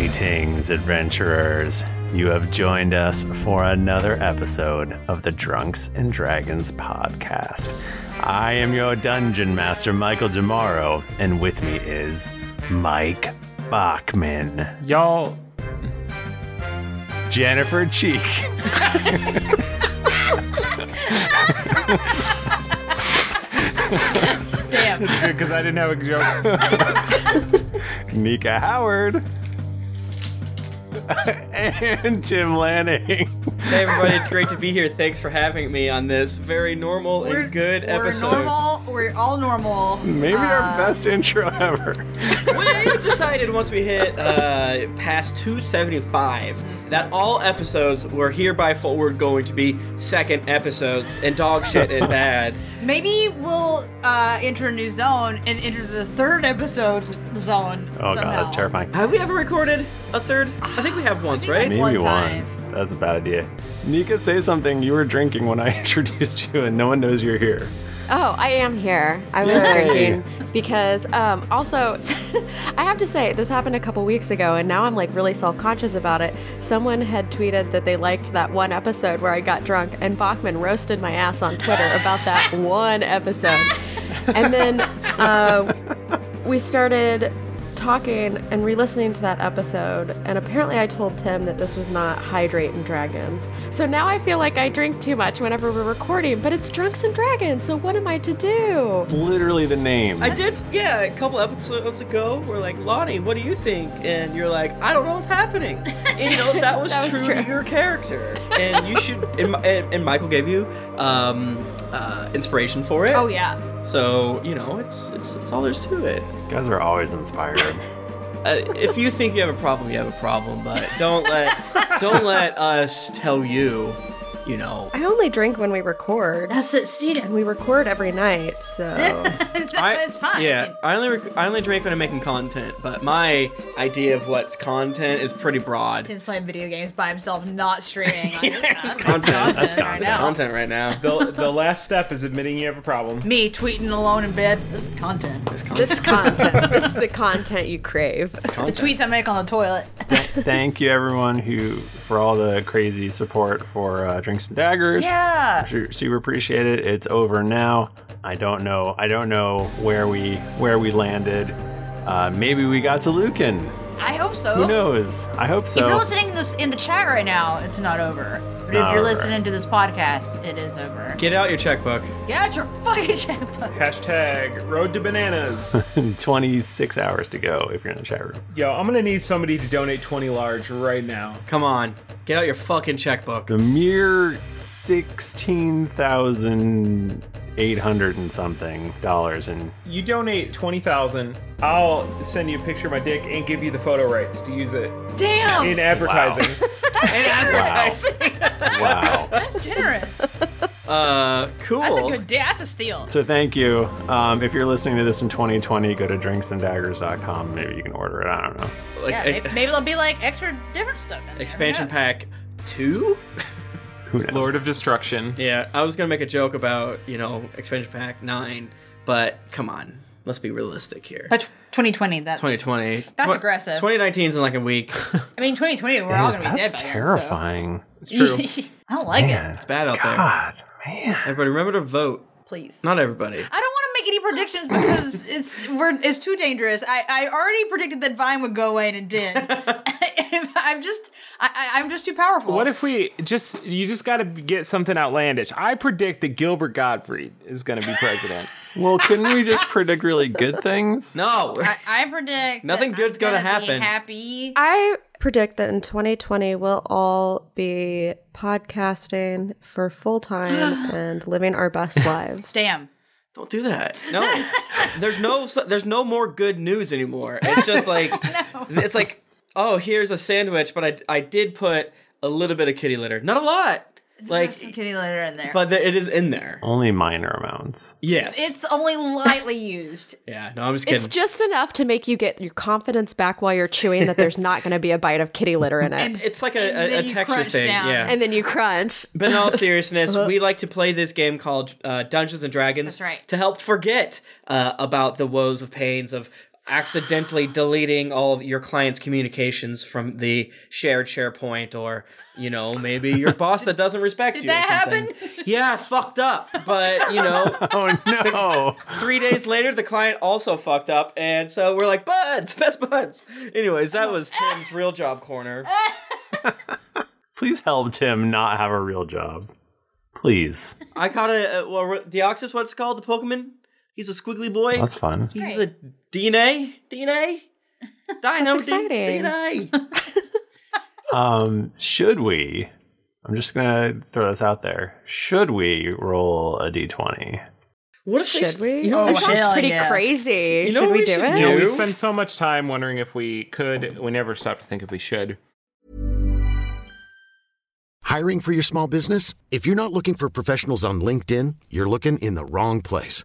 Greetings, adventurers. You have joined us for another episode of the Drunks and Dragons podcast. I am your dungeon master, Michael Demaro, and with me is Mike Bachman, Y'all, Jennifer Cheek, Damn. it's good because I didn't have a joke. Nika Howard, and Tim Lanning. Hey everybody, it's great to be here. Thanks for having me on this very normal and good we're episode. normal. We're all normal. Uh, Maybe our best intro ever. We decided once we hit uh, past 275 that all episodes were hereby forward going to be second episodes, and dog shit is bad. Maybe we'll uh, enter a new zone and enter the third episode zone. Oh, God, that's terrifying. Have we ever recorded a third? I think we have once, I right? think Maybe one time. once. That's a bad idea. Nika, say something. You were drinking when I introduced you, and no one knows you're here. Oh, I am here. I was Yay. drinking because um, also I have to say this happened a couple weeks ago, and now I'm like really self-conscious about it. Someone had tweeted that they liked that one episode where I got drunk, and Bachman roasted my ass on Twitter about that one episode, and then uh, we started talking and re-listening to that episode and apparently i told tim that this was not hydrate and dragons so now i feel like i drink too much whenever we're recording but it's drunks and dragons so what am i to do It's literally the name. I did, yeah, a couple episodes ago. We're like, Lonnie, what do you think? And you're like, I don't know what's happening. And you know that was, That was true, true. to your character, and you should. And, Mi- and, and Michael gave you um, uh, inspiration for it. Oh yeah. So you know, it's it's, it's all there's to it. You guys are always inspired. Uh, if you think you have a problem, you have a problem. But don't let don't let us tell you, you know. i only drink when we record That's it. See, and we record every night so it's, I- it's fine. Yeah, I only rec- I only drink when I'm making content, but my idea of what's content is pretty broad. He's playing video games by himself, not streaming. On That's content. That's Content right content. now. Content right now. The, the last step is admitting you have a problem. Me tweeting alone in bed. This is content. It's content. this content this is the content you crave The tweets I make on the toilet. Thank you, everyone, who for all the crazy support for uh, Drinks and Daggers. Yeah. Su- Super appreciate it. It's over now. I don't know. I don't know where we where we landed. Uh, maybe we got to Lucan. I hope so. Who knows? I hope Oh. If so. you're listening this in the chat right now, it's not over. But if not you're over. listening to this podcast, it is over. Get out your checkbook. Get out your fucking checkbook. Hashtag road to bananas. 26 hours to go if you're in the chat room. Yo, I'm gonna need somebody to donate 20 large right now. Come on. Get out your fucking checkbook. The mere sixteen thousand eight hundred and something dollars and You donate 20,000, I'll send you a picture of my dick and give you the photo rights to use it Damn. in advertising. wow, wow. That's generous. Uh, cool. That's a good deal. That's a steal. So thank you. Um, if you're listening to this in 2020, go to drinksanddaggers.com. Maybe you can order it. I don't know. Like, Yeah, e- maybe, maybe there'll be like extra different stuff. In there. expansion Who knows? pack two? Who knows? Lord of Destruction. Yeah, I was gonna make a joke about, you know, expansion pack nine, but come on. Let's be realistic here. But 2020. That's. 2020. That's Twen- aggressive. 2019's in like a week. I mean, 2020. We're Yes, all gonna be dead. that's by terrifying. It's true. then, so. I don't like Man, It's bad out there. God, man. Everybody remember to vote. it. Please. Not everybody. I don't want to make any predictions because it's we're it's too dangerous. I, I already predicted that Vine would go away and it did. I'm just I, I I'm just too powerful. What if we just you just got to get something outlandish? I predict that Gilbert Gottfried is going to be president. Well, couldn't we just predict really good things? No. I, I predict Nothing that good's I'm gonna gonna be happen. happy. i predict that in 2020 we'll all be podcasting for full time and living our best lives Damn. Don't do that. No, there's no s- there's no more good news anymore. It's just like it's like oh here's a sandwich, but I I did put a little bit of kitty litter, not a lot, like There's some kitty litter in there. but there, it is in there. Only minor amounts. Yes. It's only lightly used. yeah. No, I'm just kidding. It's just enough to make you get your confidence back while you're chewing that there's not going to be a bite of kitty litter in it. and, it's like and a, a, then a you texture crunch thing. down. Yeah. then you crunch. But in all seriousness, Uh-huh. we like to play this game called uh, Dungeons and Dragons That's right. to help forget uh, about the woes of pains of accidentally deleting all of your client's communications from the shared SharePoint, or you know, maybe your boss that doesn't respect Did you. or that something. Yeah, I fucked up. But you know, Oh no! three days later, the client also fucked up, and so we're like buds, best buds. Anyways, Oh. that was Tim's real job corner. Please help Tim not have a real job. Please. I caught a, a well, Deoxys, what's it called? The Pokemon. He's a squiggly boy. That's fun. He's a DNA, DNA, Dino exciting. DNA. Um, should we? I'm just gonna throw this out there. Should we roll a d20? What if they Should st- we? You know, that sounds hell pretty yeah. crazy. Oh, You know should what we, we do should it? do? Yeah, we You? spend so much time wondering if we could. We never stop to think if we should. Hiring for your small business? If you're not looking for professionals on LinkedIn, you're looking in the wrong place.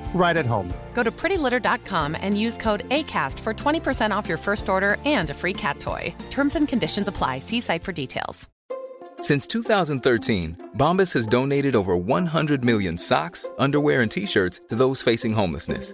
right at home. Go to prettylitter.com and use code ACAST for 20% off your first order and a free cat toy. Terms and conditions apply. See site for details. Since 2013, Bombas has donated over 100 million socks, underwear, and t shirts to those facing homelessness.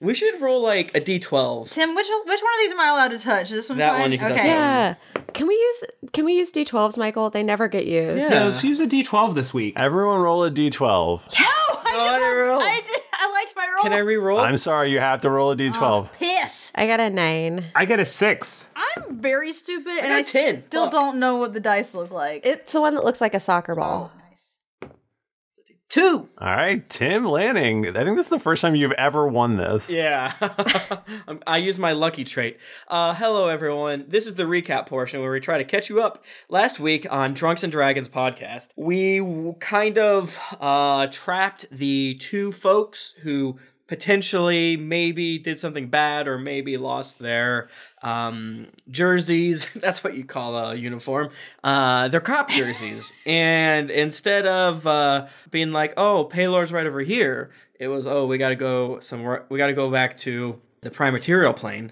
We should roll like a d12. Tim, which which one of these am I allowed to touch? This one. That fine? one you can touch okay. that one. Yeah. Can we use can we use D12s, Michael? They never get used. Yeah. Yeah, let's use a D12 this week. Everyone roll a d12. Oh, I, No, I didn't roll. I, did- I liked my roll. Ah, Can I re-roll? I'm sorry, you have to roll a d12. Piss. I got a nine. I get a six. I'm very stupid, and got I 10. still Fuck. don't know what the dice look like. Oh, It's the one that looks like a soccer ball. Two. All right, Tim Lanning. I think this is the first time you've ever won this. yeah. I'm- Um, I use my lucky trait. Uh, hello, everyone. This is the recap portion where we try to catch you up. Last week on Drunks and Dragons podcast, we w- kind of uh, trapped the two folks who potentially maybe did something bad or maybe lost their um, jerseys. That's what you call a uniform. Uh, their cop jerseys. and instead of uh, being like, "Oh, Paylor's right over here," it was, "Oh, we got to go somewhere. We got to go back to the prime material plane."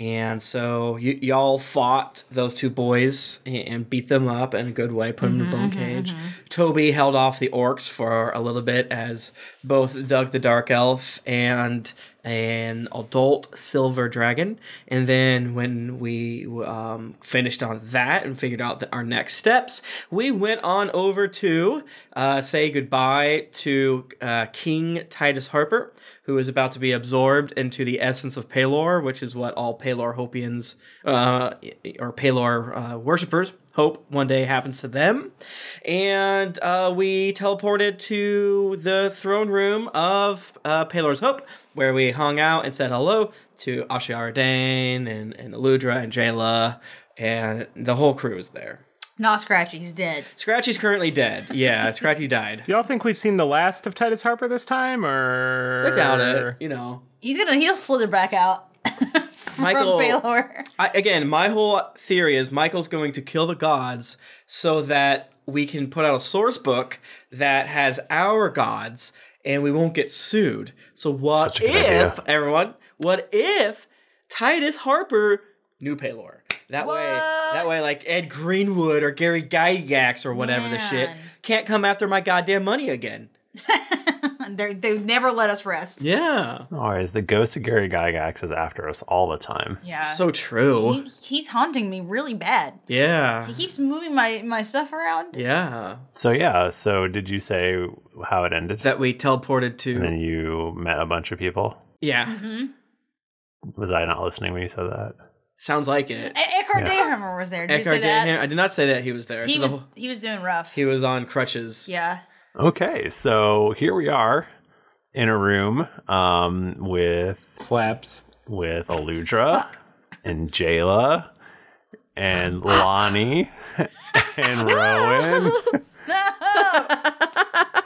And so y- y'all fought those two boys and, and beat them up in a good way, put them in a bone cage. Toby held off the orcs for a little bit as both Doug the Dark Elf and an adult silver dragon. And then when we um, finished on that and figured out that our next steps, we went on over to uh, say goodbye to uh, King Titus Harper, who is about to be absorbed into the essence of Palor, which is what all Palor Hopians uh, or Palor uh, worshippers hope one day happens to them. And uh, we teleported to the throne room of uh, Palor's Hope, where we hung out and said hello to Ashiara Dane and, and Eludra and Jayla, and the whole crew is there. Not scratchy. He's dead. Scratchy's currently dead. Yeah, Scratchy died. Do y'all think we've seen the last of Titus Harper this time, or I doubt it. You know, He's gonna. He'll slither back out. Michael. Baylor. I, again, my whole theory is Michael's going to kill the gods so that we can put out a source book that has our gods and we won't get sued. So what Such a good if idea. everyone? What if Titus Harper knew Paylor? That way, that way, like Ed Greenwood or Gary Gygax or whatever the shit can't come after my goddamn money again. They they never let us rest. Yeah. Always Oh, the ghost of Gary Gygax is after us all the time. Yeah. So true. He, he's haunting me really bad. yeah. He keeps moving my my stuff around. Yeah. So yeah, so did you say how it ended? That we teleported to And then you met a bunch of people? Yeah. Mm-hmm. E, Was I not listening when you said that? Sounds like it. E- Eckhart Yeah. Dahlhammer was there. Did you say Eckhart that? Daniel- I did not say that he was there. He so was the whole, he was doing rough. he was on crutches. Yeah. Okay, so here we are in a room um, with slaps with Aludra and Jayla and Lonnie and Rowan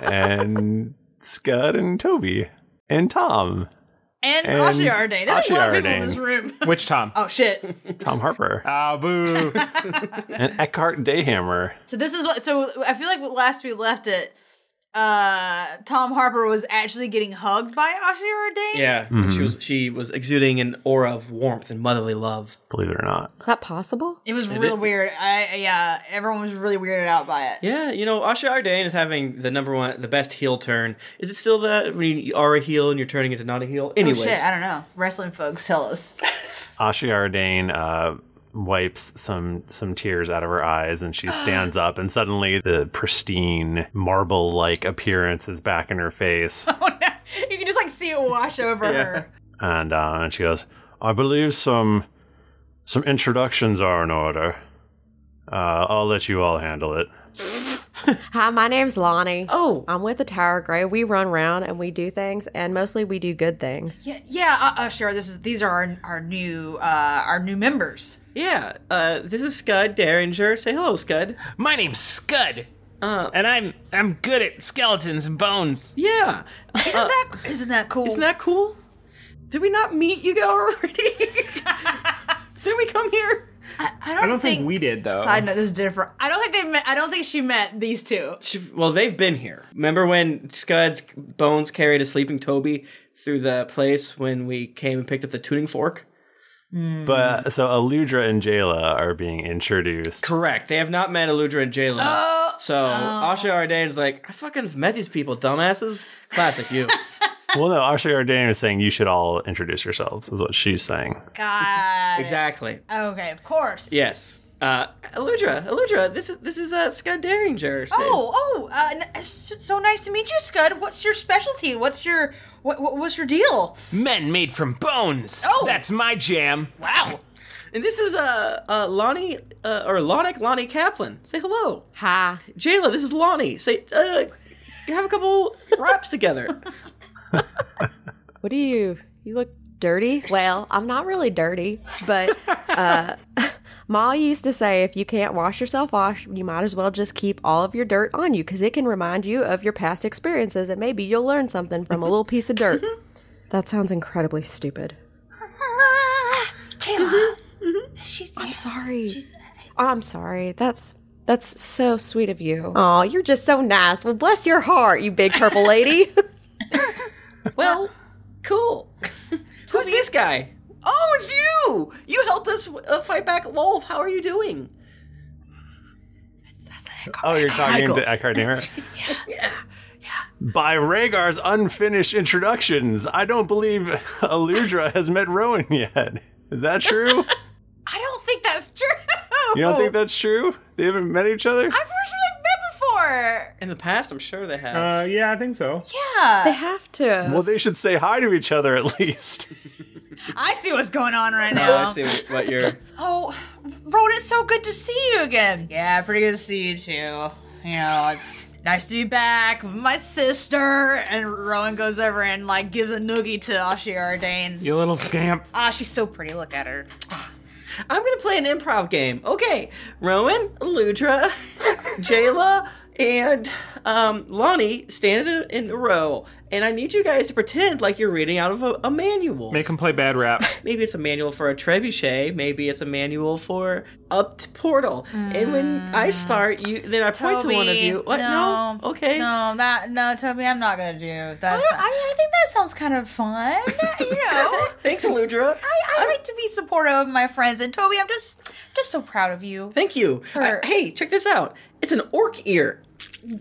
and Scud and Toby and Tom And, Ashi Arday. There's a lot of people in this room. Which Um, Tom? Oh shit. Tom Harper. Ah, boo. and Eckhart Dayhammer. So this is what. So I feel like last we left it, uh, Tom Harper was actually getting hugged by Ashira Dane. Yeah, Mm-hmm. and she was she was exuding an aura of warmth and motherly love. Believe it or not. Is that possible? It was It real is- weird. I I- yeah, everyone was really weirded out by it. Yeah, you know, Asha Ardain is having the number one, the best heel turn. Is it still that when you are a heel and you're turning into not a heel? Anyways, Oh shit, I don't know. Wrestling folks tell us. Ashi Ardain uh, wipes some some tears out of her eyes, and she stands up, and suddenly the pristine marble like appearance is back in her face, Oh, you can just like see it wash over her. and uh, and she goes, "I believe some some introductions are in order. Uh, I'll let you all handle it." Hi, my name's Lonnie. Oh. I'm with the Tower Gray. We run around and we do things, and mostly we do good things. Yeah, yeah, uh, uh, sure. This is these are our, our new uh, our new members. Yeah, uh, this is Scud Derringer. Say hello, Scud. Uh, My name's Scud. and I'm I'm good at skeletons and bones. Yeah. Uh, Isn't that isn't that cool? Isn't that cool? Did we not meet you already? Did we come here? I don't, think, we did though. Side note: This is different. I don't think they met. I don't think she met these two. Well, they've been here. Remember when Scud's bones carried a sleeping Toby through the place when we came and picked up the tuning fork? Hmm. But so Aludra and Jayla are being introduced. Correct. They have not met Aludra and Jayla. Oh, so Asha Ardane's like, I fucking have met these people, dumbasses. Classic you. well, no, Ashi Ardain is saying you should all introduce yourselves. Is what she's saying. God. exactly. Okay, of course. Yes. Uh, Aludra, Aludra, this is this is uh, Scud Derringer. Oh, oh, uh, n- it's so nice to meet you, Scud. What's your specialty? What's your what, what what's your deal? Men made from bones. Oh, that's my jam. Wow. And this is uh, uh Lonnie uh, or Lonic Lonnie Kaplan. Say hello. Hi. Jayla, this is Lonnie. Say uh, have a couple raps together. What do you? You look dirty. Well, I'm not really dirty, but uh, Ma used to say if you can't wash yourself off, you might as well just keep all of your dirt on you because it can remind you of your past experiences and maybe you'll learn something from a little piece of dirt. that sounds incredibly stupid. Jayla. mm-hmm. She's. Mm-hmm. I'm sorry. Oh, I'm sorry. That's that's so sweet of you. Oh, you're just so nice. Well, bless your heart, you big purple lady. well, cool. Who's this guy? Oh, it's you! You helped us uh, fight back Lolf. How are you doing? Oh, you're talking Michael. to Eckhart Nehmer? yeah. By Rhaegar's unfinished introductions, I don't believe Aludra has met Rowan yet. Is that true? I don't think that's true. You don't Oh. think that's true? They haven't met each other? I've never really met before. In the past, I'm sure they have. Uh, yeah, I think so. Yeah. They have to. Well, they should say hi to each other at least. I see what's going on right now. what you're. Oh, Road, it's so good to see you again. Yeah, pretty good to see you too. You know, it's nice to be back with my sister. And Rowan goes over and like gives a noogie to Ashi Ardain. You little scamp. Ah, she's so pretty. Look at her. I'm gonna play an improv game. Okay, Rowan, Ludra, Jayla, and um, Lonnie stand in a, in a row, and I need you guys to pretend like you're reading out of a, a manual. Make him play bad rap. Maybe it's a manual for a trebuchet. Maybe it's a manual for a t- portal. And when I start, you then I point to one of Toby, you. What? Mm. No. Okay. No, that no, Toby, I'm not gonna do that. I, mean, I think that sounds kind of fun. You know. Thanks, Aludra. I, I like to be supportive of my friends, and Toby, I'm just just so proud of you. Thank you. I- hey, check this out. It's an orc ear.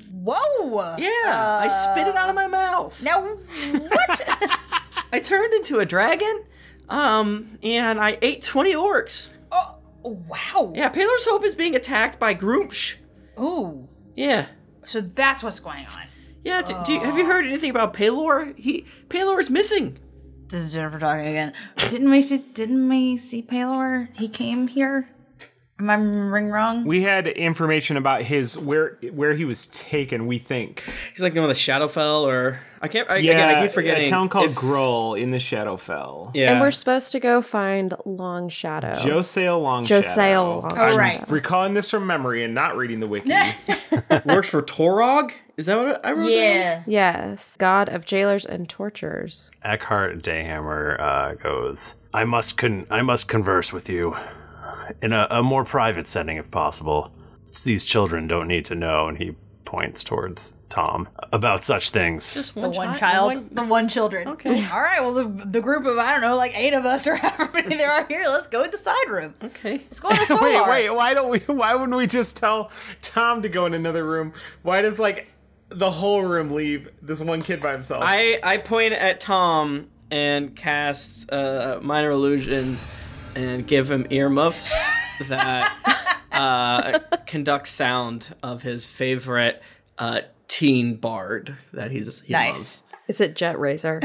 Whoa. Yeah, I spit it out of my mouth. Now what? I turned into a dragon. Um, and I ate twenty orcs. Oh, wow. Yeah, Paler's Hope is being attacked by Groomsh. Ooh. Yeah. So that's what's going on. Yeah. Do, do you- have you heard anything about Palor? He Palor is missing. This is Jennifer talking again. Didn't we see? Didn't we see Palor? He came here. Am I remembering wrong? We had information about his where where he was taken. We think he's like going with Shadowfell, or I can't. I, yeah, again, I keep forgetting A town called if- Groll in the Shadowfell. And we're supposed to go find Long Shadow. Josale Long Josale Long Shadow. Recalling this from memory and not reading the wiki. Works for Torog. Is that what I wrote? Yeah. Yes. God of jailers and torturers. Eckhart Dayhammer uh, goes, I must, con- I must converse with you in a, a more private setting if possible. These children don't need to know, and he points towards Tom about such things. Just the one child, the one children. Okay. All right. Well, the, the group of I don't know, like eight of us or however many there are here. Let's go in the side room. Okay. Let's Oh, go in the solar. wait, wait. Why don't we? Why wouldn't we just tell Tom to go in another room? Why does like the whole room leave this one kid by Oh. himself? I I point at Tom and cast uh, minor illusion and give him earmuffs that uh, conduct sound of his favorite uh, teen bard that he's he loves. Is it Jet Razor?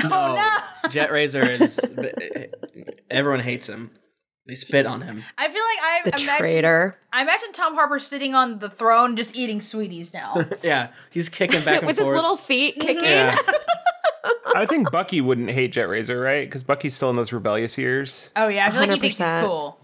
Jet Razor is everyone hates him. They spit on him. I feel like I The imagine, traitor. I imagine Tom Harper sitting on the throne, just eating sweeties now. Yeah, he's kicking back and With his forth. little feet kicking. yeah. I think Bucky wouldn't hate Jet Razor, right? Because Bucky's still in those rebellious years. Oh yeah, I feel like he thinks he's 100%. cool.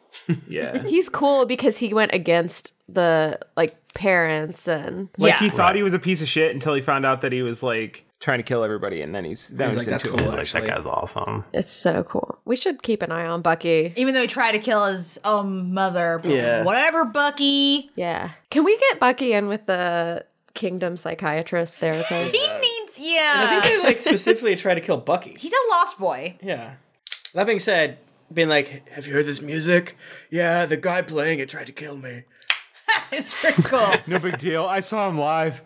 Yeah. He's cool because he went against the like parents and Like he thought he was a piece of shit until he found out that he was like trying to kill everybody, and then he's then He's he's, like, "That's into cool, it. He's like, "That actually." guy's awesome. It's so cool. We should keep an eye on Bucky. Even though he tried to kill his own mother. Yeah. Whatever, Bucky. Yeah. Can we get Bucky in with the kingdom psychiatrist therapist? He needs. Yeah. And I think they like specifically try to kill Bucky. He's a lost boy. Yeah. That being said, being like, have you heard this music? Yeah, the guy playing it tried to kill me. it's pretty cool. no big deal. I saw him live.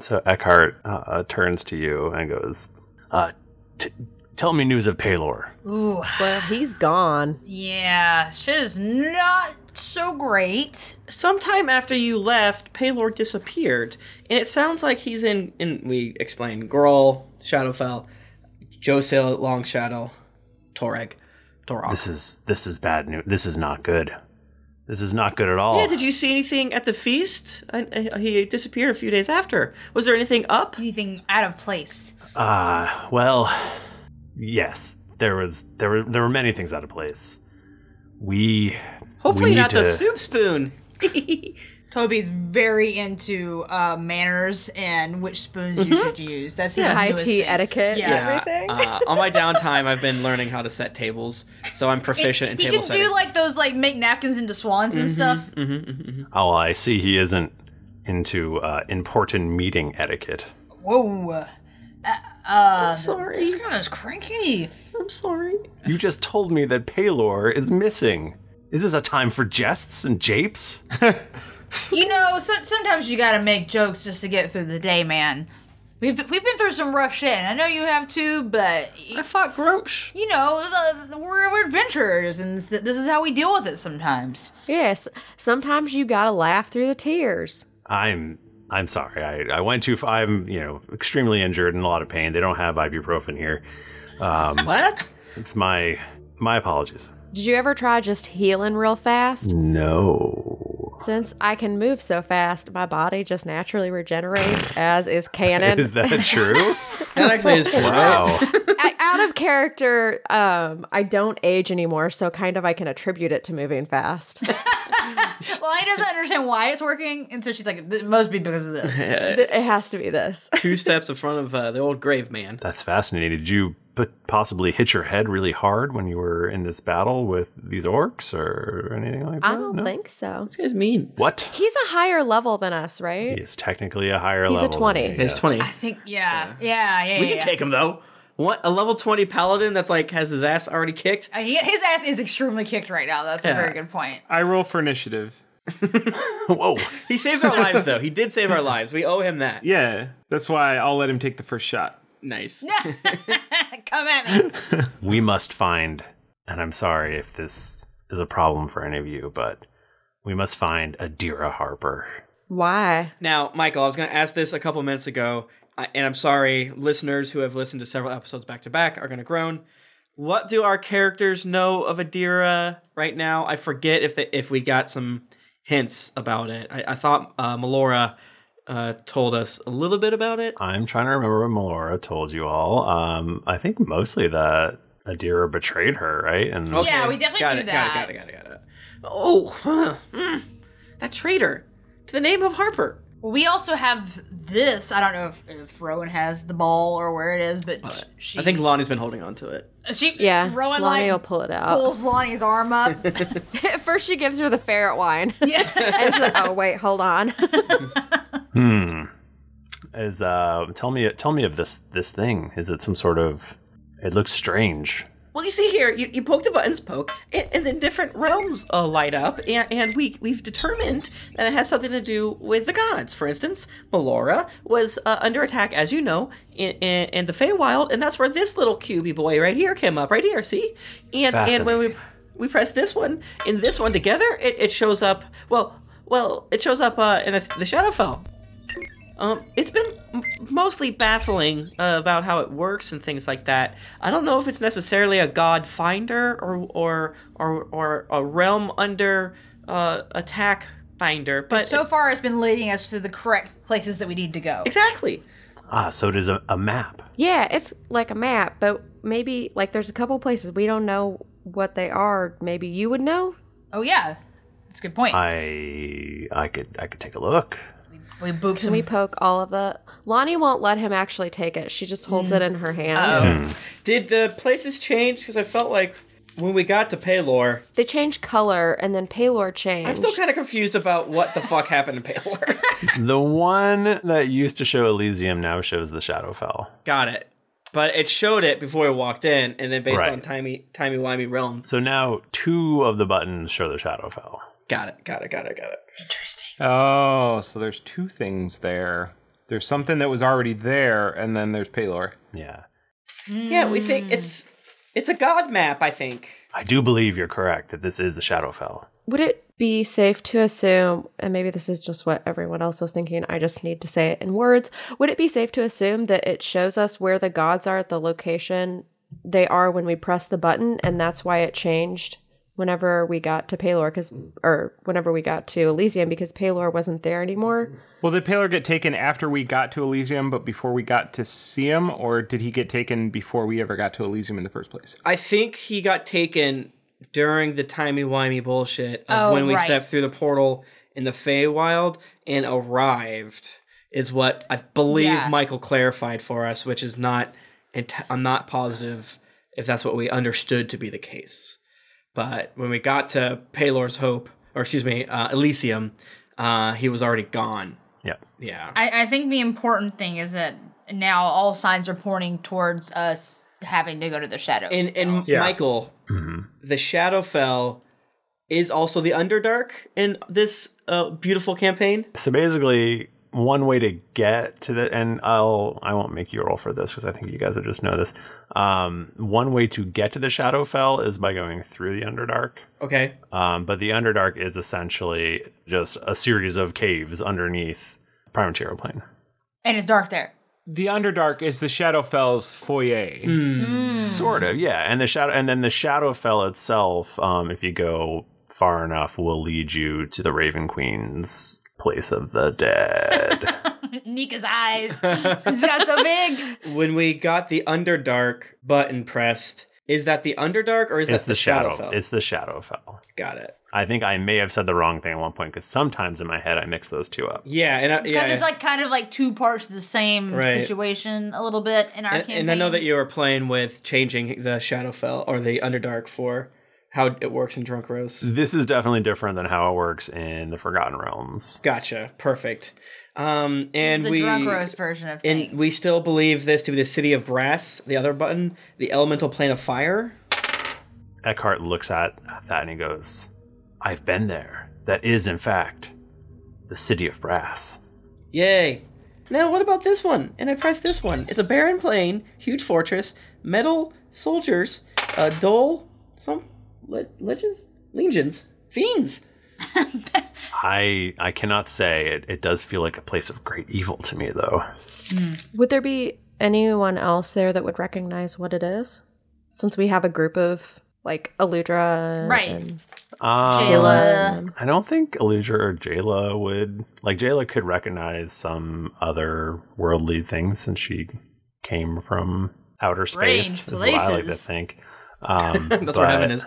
So Eckhart uh, uh, turns to you and goes, uh, t- Tell me news of Palor. Ooh. Well, he's gone. Yeah, shit is not so great. Sometime after you left, Paylor disappeared, and it sounds like he's in. And we explained Groll, Shadowfell, Josil, Long Shadow, Toreg, Torog. This is this is bad news. This is not good. This is not good at Oh. all. Yeah, did you see anything at the feast? I, I, he disappeared a few days after. Was there anything up? Anything out of place? Uh, well, yes, there was there were there were many things out of place. We Hopefully we need not the to- soup spoon. Toby's very into uh, manners and which spoons you should use. That's his High newest tea thing. etiquette Yeah. and everything. uh, on my downtime, I've been learning how to set tables, so I'm proficient in he table can setting. do like those, like make napkins into swans and stuff. Oh, I see. He isn't into uh, important meeting etiquette. Whoa. Uh, uh, sorry. He's kind of cranky. I'm sorry. You just told me that Palor is missing. Is this a time for jests and japes? You know, so, sometimes you gotta make jokes just to get through the day, man. We've, we've been through some rough shit, and I know you have too, but. I fought Grumsh. You know, the- we're, we're adventurers, and this, this is how we deal with it sometimes. yes. Sometimes you gotta laugh through the tears. I'm I'm sorry. I, I went too. far. I'm you know extremely injured and a lot of pain. They don't have ibuprofen here. Um, what? It's my my apologies. Did you ever try just healing real fast? No. Since I can move so fast, my body just naturally regenerates, as is canon. Is that true? That actually is true. Wow. I, out of character, um, I don't age anymore, so kind of I can attribute it to moving fast. well, he doesn't understand why it's working, and so she's like, "It must be because of this. Th- it has to be this." Two steps in front of uh, the old grave man. That's fascinating. Did you put, possibly hit your head really hard when you were in this battle with these orcs or anything like that? I don't think so. This guy's mean. What? He's a higher level than us, right? He is technically a higher He's a level. than 20. me, He's yes. I think, yeah, yeah, yeah. we yeah, can yeah. take him though. What a level twenty paladin that's like has his ass already kicked. Uh, he- his ass is extremely kicked right now. That's a Yeah. very good point. I roll for initiative. Whoa. He saves our lives though. He did save our lives. We owe him that. Yeah, that's why I'll let him take the first shot. Nice. Come at me. we must find, and I'm sorry if this is a problem for any of you, but we must find Adira Harper. Why? Now, Michael, I was going to ask this a couple minutes ago, I- and I'm sorry, listeners who have listened to several episodes back to back are going to groan. What do our characters know of Adira right now? I forget if they, if we got some hints about it. I, I thought uh, Melora uh, told us a little bit about it. I'm trying to remember what Melora told you all. Um, I think mostly that Adira betrayed her, right? And Yeah, we definitely got knew it, got it, that. Got it. Got it. Got it. Got it. Oh, huh, mm, that traitor to the name of Harper. Well, we also have this. I don't know if, if Rowan has the ball or where it is, but sh- she, I think Lonnie's been holding on to it. Uh, she, Yeah, Rowan Lonnie like will pull it out. pulls Lonnie's arm up. At first, she gives her the ferret wine. Yeah, and she's like, "Oh wait, hold on." Hmm. Is uh, tell me, tell me of this this thing. Is it some sort of? It looks strange. Well, you see here, you, you poke the buttons, poke, and, and then different realms uh, light up, and, and we we've determined that it has something to do with the gods. For instance, Melora was uh, under attack, as you know, in, in, in the Feywild, and that's where this little cubey boy right here came up, right here. See, and and when we we press this one and this one together, it, it shows up. Well, well, it shows up uh, in the the Shadowfell. Um, it's been m- mostly baffling uh, about how it works and things like that. I don't know if it's necessarily a god finder or or or, or a realm under uh, attack finder, but so far, it's been leading us to the correct places that we need to go. exactly. Ah, so it is a, a map. yeah, it's like a map, but maybe like there's a couple places we don't know what they are. Maybe you would know. Oh yeah, that's a good point. I I could I could take a look. we booped Can him. we poke all of the? Lonnie won't let him actually take it. She just holds it in her hand. Oh. Hmm. Did the places change? Because I felt like when we got to Paylor, They changed color, and then Paylor changed. I'm still kind of confused about what the fuck happened to Paylor. The one that used to show Elysium now shows the Shadowfell. got it. But it showed it before we walked in, and then based Right. on timey timey wimey realms. So now two of the buttons show the Shadowfell. Got it. Got it. Got it. Got it. Oh, so there's two things there. There's something that was already there, and then there's Paylor. Yeah. Yeah, we think it's it's a god map. I think. I do believe you're correct that this is the Shadowfell. Would it be safe to assume, and maybe this is just what everyone else was thinking, I just need to say it in words. Would it be safe to assume that it shows us where the gods are at the location they are when we press the button, and that's why it changed whenever we got to Palor, cause, or whenever we got to Elysium, because Palor wasn't there anymore? Well, did Paylor get taken after we got to Elysium, but before we got to see him, or did he get taken before we ever got to Elysium in the first place? I think he got taken during the timey wimey bullshit of Oh, when we right. stepped through the portal in the Feywild and arrived is what I believe Yeah. Michael clarified for us, which is not. ent- I'm not positive if that's what we understood to be the case, but when we got to Paylor's Hope, or excuse me, uh, Elysium, uh, he was already gone. Yeah. Yeah, I, I think the important thing is that now all signs are pointing towards us having to go to the shadow. and and Michael, Mm-hmm. the Shadowfell is also the Underdark in this uh, beautiful campaign. So basically, one way to get to the and I'll I won't make you roll for this because I think you guys will just know this. Um, one way to get to the Shadowfell is by going through the Underdark. Okay, Um, but the Underdark is essentially just a series of caves underneath Prime Material Plane. And it's dark there. The Underdark is the Shadowfell's foyer. Hmm. Hmm. Sort of, yeah. And the shadow, and then the Shadowfell itself, um, if you go far enough, will lead you to the Raven Queen's place of the dead. Nika's eyes. it's got so big. when we got the Underdark button pressed, Is that the Underdark or is it's that the, shadow. Shadowfell? It's the shadow fell. Got it. I think I may have said the wrong thing at one point because sometimes in my head I mix those two up. Yeah, and I, Because it's like kind of like two parts of the same Right. situation a little bit in our and, campaign. and I know that you were playing with changing the Shadowfell or the Underdark for how it works in Drunk Rose. This is definitely different than how it works in the Forgotten Realms. Gotcha. Perfect. Um, and the we drunk roast version of and we still believe this to be the City of Brass. The other button, the Elemental Plane of Fire. Eckhart looks at at that and he goes, I've been there. That is, in fact, the city of brass. Yay. Now, what about this one? And I press this one. It's a barren plain, huge fortress, metal soldiers, uh, dole, some le- legions, legions, fiends. I I cannot say it, it does feel like a place of great evil to me though. Hmm. Would there be anyone else there that would recognize what it is? Since we have a group of like Aludra, Right. and- Um, Jayla. I don't think Eludra or Jayla would like Jayla could recognize some other worldly things since she came from outer space. Strange is what I like to places. think. Um, That's where heaven but- is.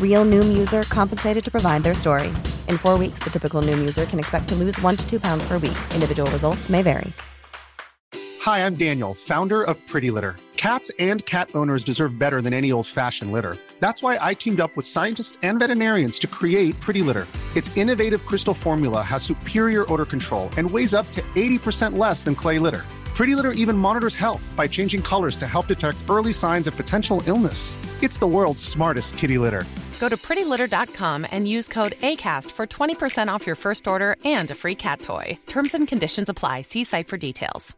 Real Noom user compensated to provide their story. In four weeks, the typical Noom user can expect to lose one to two pounds per week. Individual results may vary. Hi, I'm Daniel, founder of Pretty Litter. Cats and cat owners deserve better than any old fashioned litter. That's why I teamed up with scientists and veterinarians to create Pretty Litter. Its innovative crystal formula has superior odor control and weighs up to 80% less than clay litter. Pretty Litter even monitors health by changing colors to help detect early signs of potential illness. It's the world's smartest kitty litter. Go to prettylitter.com and use code ACAST for 20% off your first order and a free cat toy. Terms and conditions apply. See site for details.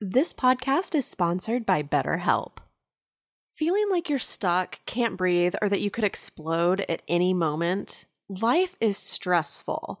This podcast is sponsored by BetterHelp. Feeling like you're stuck, can't breathe, or that you could explode at any moment? Life is stressful.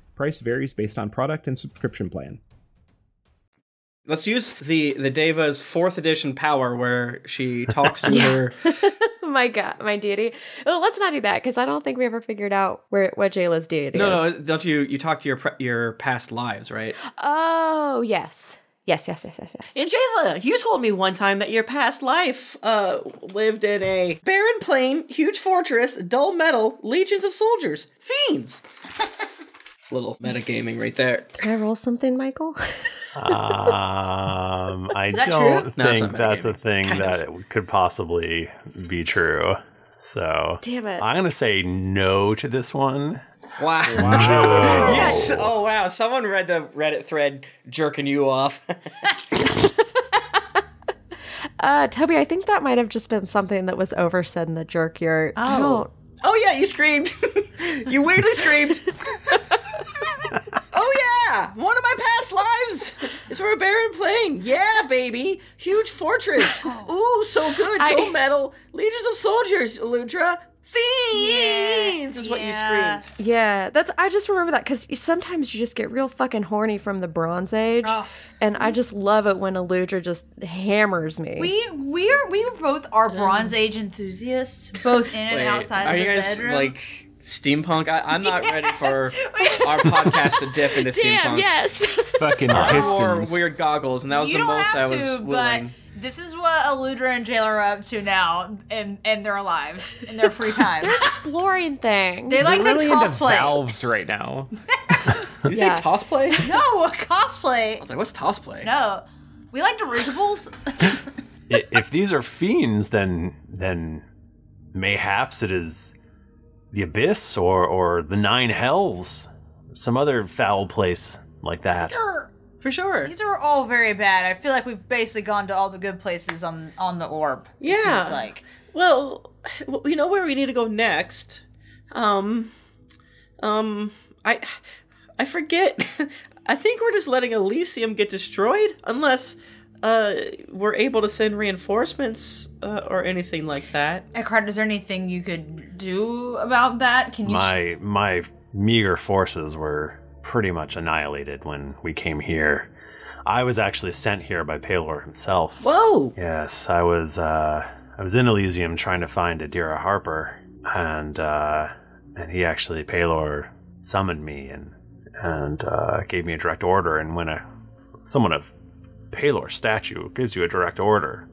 Price varies based on product and subscription plan. Let's use the the Deva's fourth edition power where she talks to her my god, my deity. Oh, let's not do that because I don't think we ever figured out where what Jayla's deity No, is. no, don't you? You talk to your pre- your past lives, right? Oh yes, yes, yes, yes, yes, yes. And Jayla, you told me one time that your past life uh, lived in a barren plain, huge fortress, dull metal, legions of soldiers, fiends. it's a little metagaming right there. Can I roll something, Michael? Ah. Um, I Is that don't true? No, it's think not that's a metagaming. thing Kind that it could possibly be true. So Damn it. I'm gonna say no to this one. Wow! No. Yes. Oh wow! Someone read the Reddit thread jerking you off. Uh, Toby, I think that might have just been something that was oversaid in the jerk yurt. I Oh. don't- oh yeah, you screamed. you weirdly screamed. oh yeah, one of my past lives is for a barren plain. Yeah, baby, huge fortress. Ooh, so good. I- Gold medal, legions of soldiers, Lutra. Fiends is what you screamed. Yeah, that's. I just remember that because sometimes you just get real fucking horny from the Bronze Age, and I just love it when a Ludra just hammers me. We we're we both are Bronze Age enthusiasts, both in and Wait, outside are of the you guys bedroom. like steampunk? I, I'm not ready for our podcast to dip into steampunk. yes. Fucking I wore pistons. weird goggles, and that was you the don't most I have was to, but willing. this is what Eludra and Jailer are up to now, and and their lives, in their free time. They're exploring things. They like They're to really into cosplay. valves right now. Did you Yeah. say cosplay? No cosplay. I was like, what's cosplay? No, we like dirigibles. I- if these are fiends, then then mayhaps it is the abyss or or the nine hells, some other foul place like that. These are for sure. These are all very bad. I feel like we've basically gone to all the good places on on the orb. it seems Yeah. like Well, w- you know where we need to go next. Um, um, I, I forget. I think we're just letting Elysium get destroyed, unless uh we're able to send reinforcements uh, or anything like that. Eckhart, is there anything you could do about that? Can you? my my meager forces were pretty much annihilated when we came here. I was actually sent here by Palor himself. Whoa! Yes, I was. Uh, I was in Elysium trying to find Adira Harper, and uh, and he actually Palor summoned me and and uh, gave me a direct order. And when a someone of Palor statue gives you a direct order,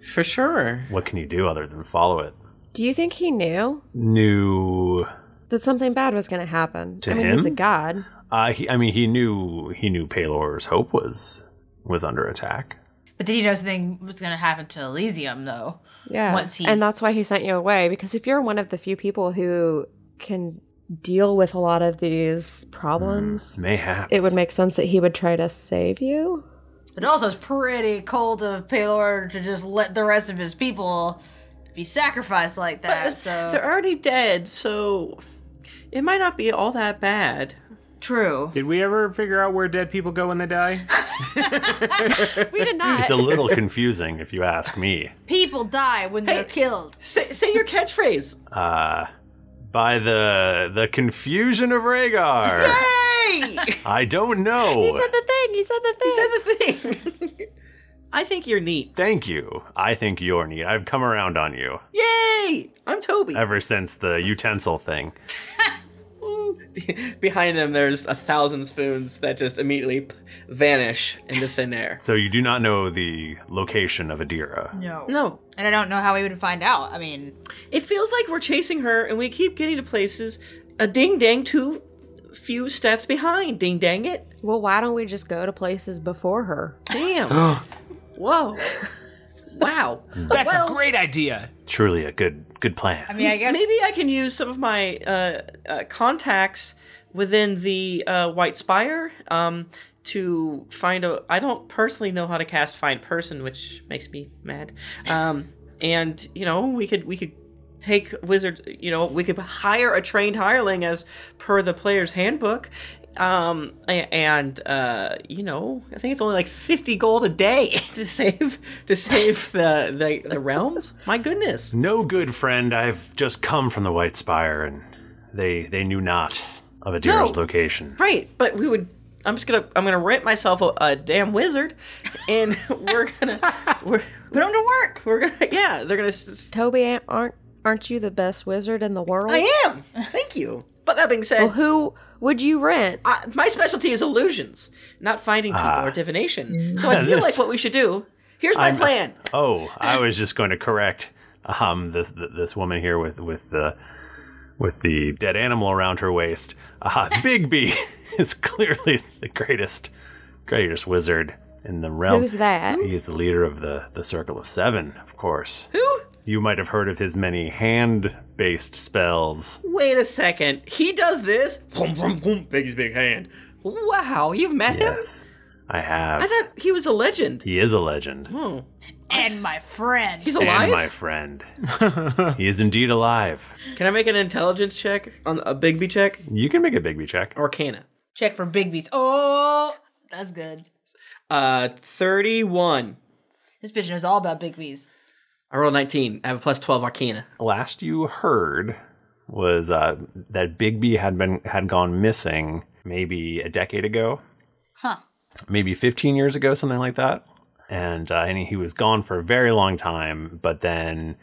for sure, what can you do other than follow it? Do you think he knew New. that something bad was going to happen? To I mean, he's a him? god. Uh, he, I mean, he knew he knew Palor's hope was was under attack. But did he know something was going to happen to Elysium though? Yeah. Once he And that's why he sent you away because if you're one of the few people who can deal with a lot of these problems, mayhaps. it would make sense that he would try to save you. But also, it's pretty cold of Paylor to just let the rest of his people be sacrificed like uh, that. so They're already dead, so it might not be all that bad. True. Did we ever figure out where dead people go when they die? we Ah. did not. It's a little confusing, if you ask me. people die when they're killed. Say, say your catchphrase. Uh, by the the confusion of Rhaegar. Yay! I don't Oh. know. the thing. He said the thing. He said the thing. I think you're neat. Thank you. I think you're neat. I've come around on you Yay! I'm Toby. ever since the utensil thing. Behind them, there's a thousand spoons that just immediately p- vanish into thin air. So you do not know the location of Adira. No. No. And I don't know how we would find out. I mean, It feels like we're chasing her and we keep getting to places a ding dang too few steps behind. Ding dang it. Well, why don't we just go to places before her? Damn. Whoa. wow. That's a great idea. Truly a good good plan. mean, I guess- maybe I can use some of my uh, uh, contacts within the uh, White Spire um, to find a. I don't personally know how to cast Find Person, which makes me mad. Um, and you know, we could we could take wizard. You know, we could hire a trained hireling as per the player's handbook. Um a- and uh you know I think it's only like 50 gold a day to save to save the the, the realms my goodness No good friend. I've just come from the White Spire, and they they knew not of Adira's No. location. Right, but we would. I'm just gonna I'm gonna rent myself a, a damn wizard, and we're gonna we're, put him to work. We're gonna yeah, they're gonna. s- s- Toby, aren't aren't you the best wizard in the world? I am. Thank you. But that being said, Well, who would you rent? I, my specialty is illusions, not finding people or divination. So I feel Ah. This- like what we should do. Here's my I'm- plan. Oh, I was just going to correct um this this woman here with with the with the dead animal around her waist. Uh, Big B is clearly the greatest greatest wizard in the realm. Who's that? He is the leader of the the Circle of Seven, of course. Who? You might have heard of his many hand-based spells. Wait a second. He does this. Boom, boom, boom. Biggie's big hand. Wow, you've met him. I have. I thought he was a legend. he is a legend. Oh. And my friend. He's And alive? my friend. he is indeed alive. Can I make an intelligence check on a Bigby check? You can make a Bigby check. Arcana. Check for Bigby's. Oh, that's good. Uh, thirty-one. This bitch knows all about Bigby's. I rolled nineteen. I have a plus twelve Arcana. last you heard was uh, that Bigby had been had gone missing maybe a decade ago, Huh. maybe 15 years ago, something like that. And uh, and he was gone for a very long time, but then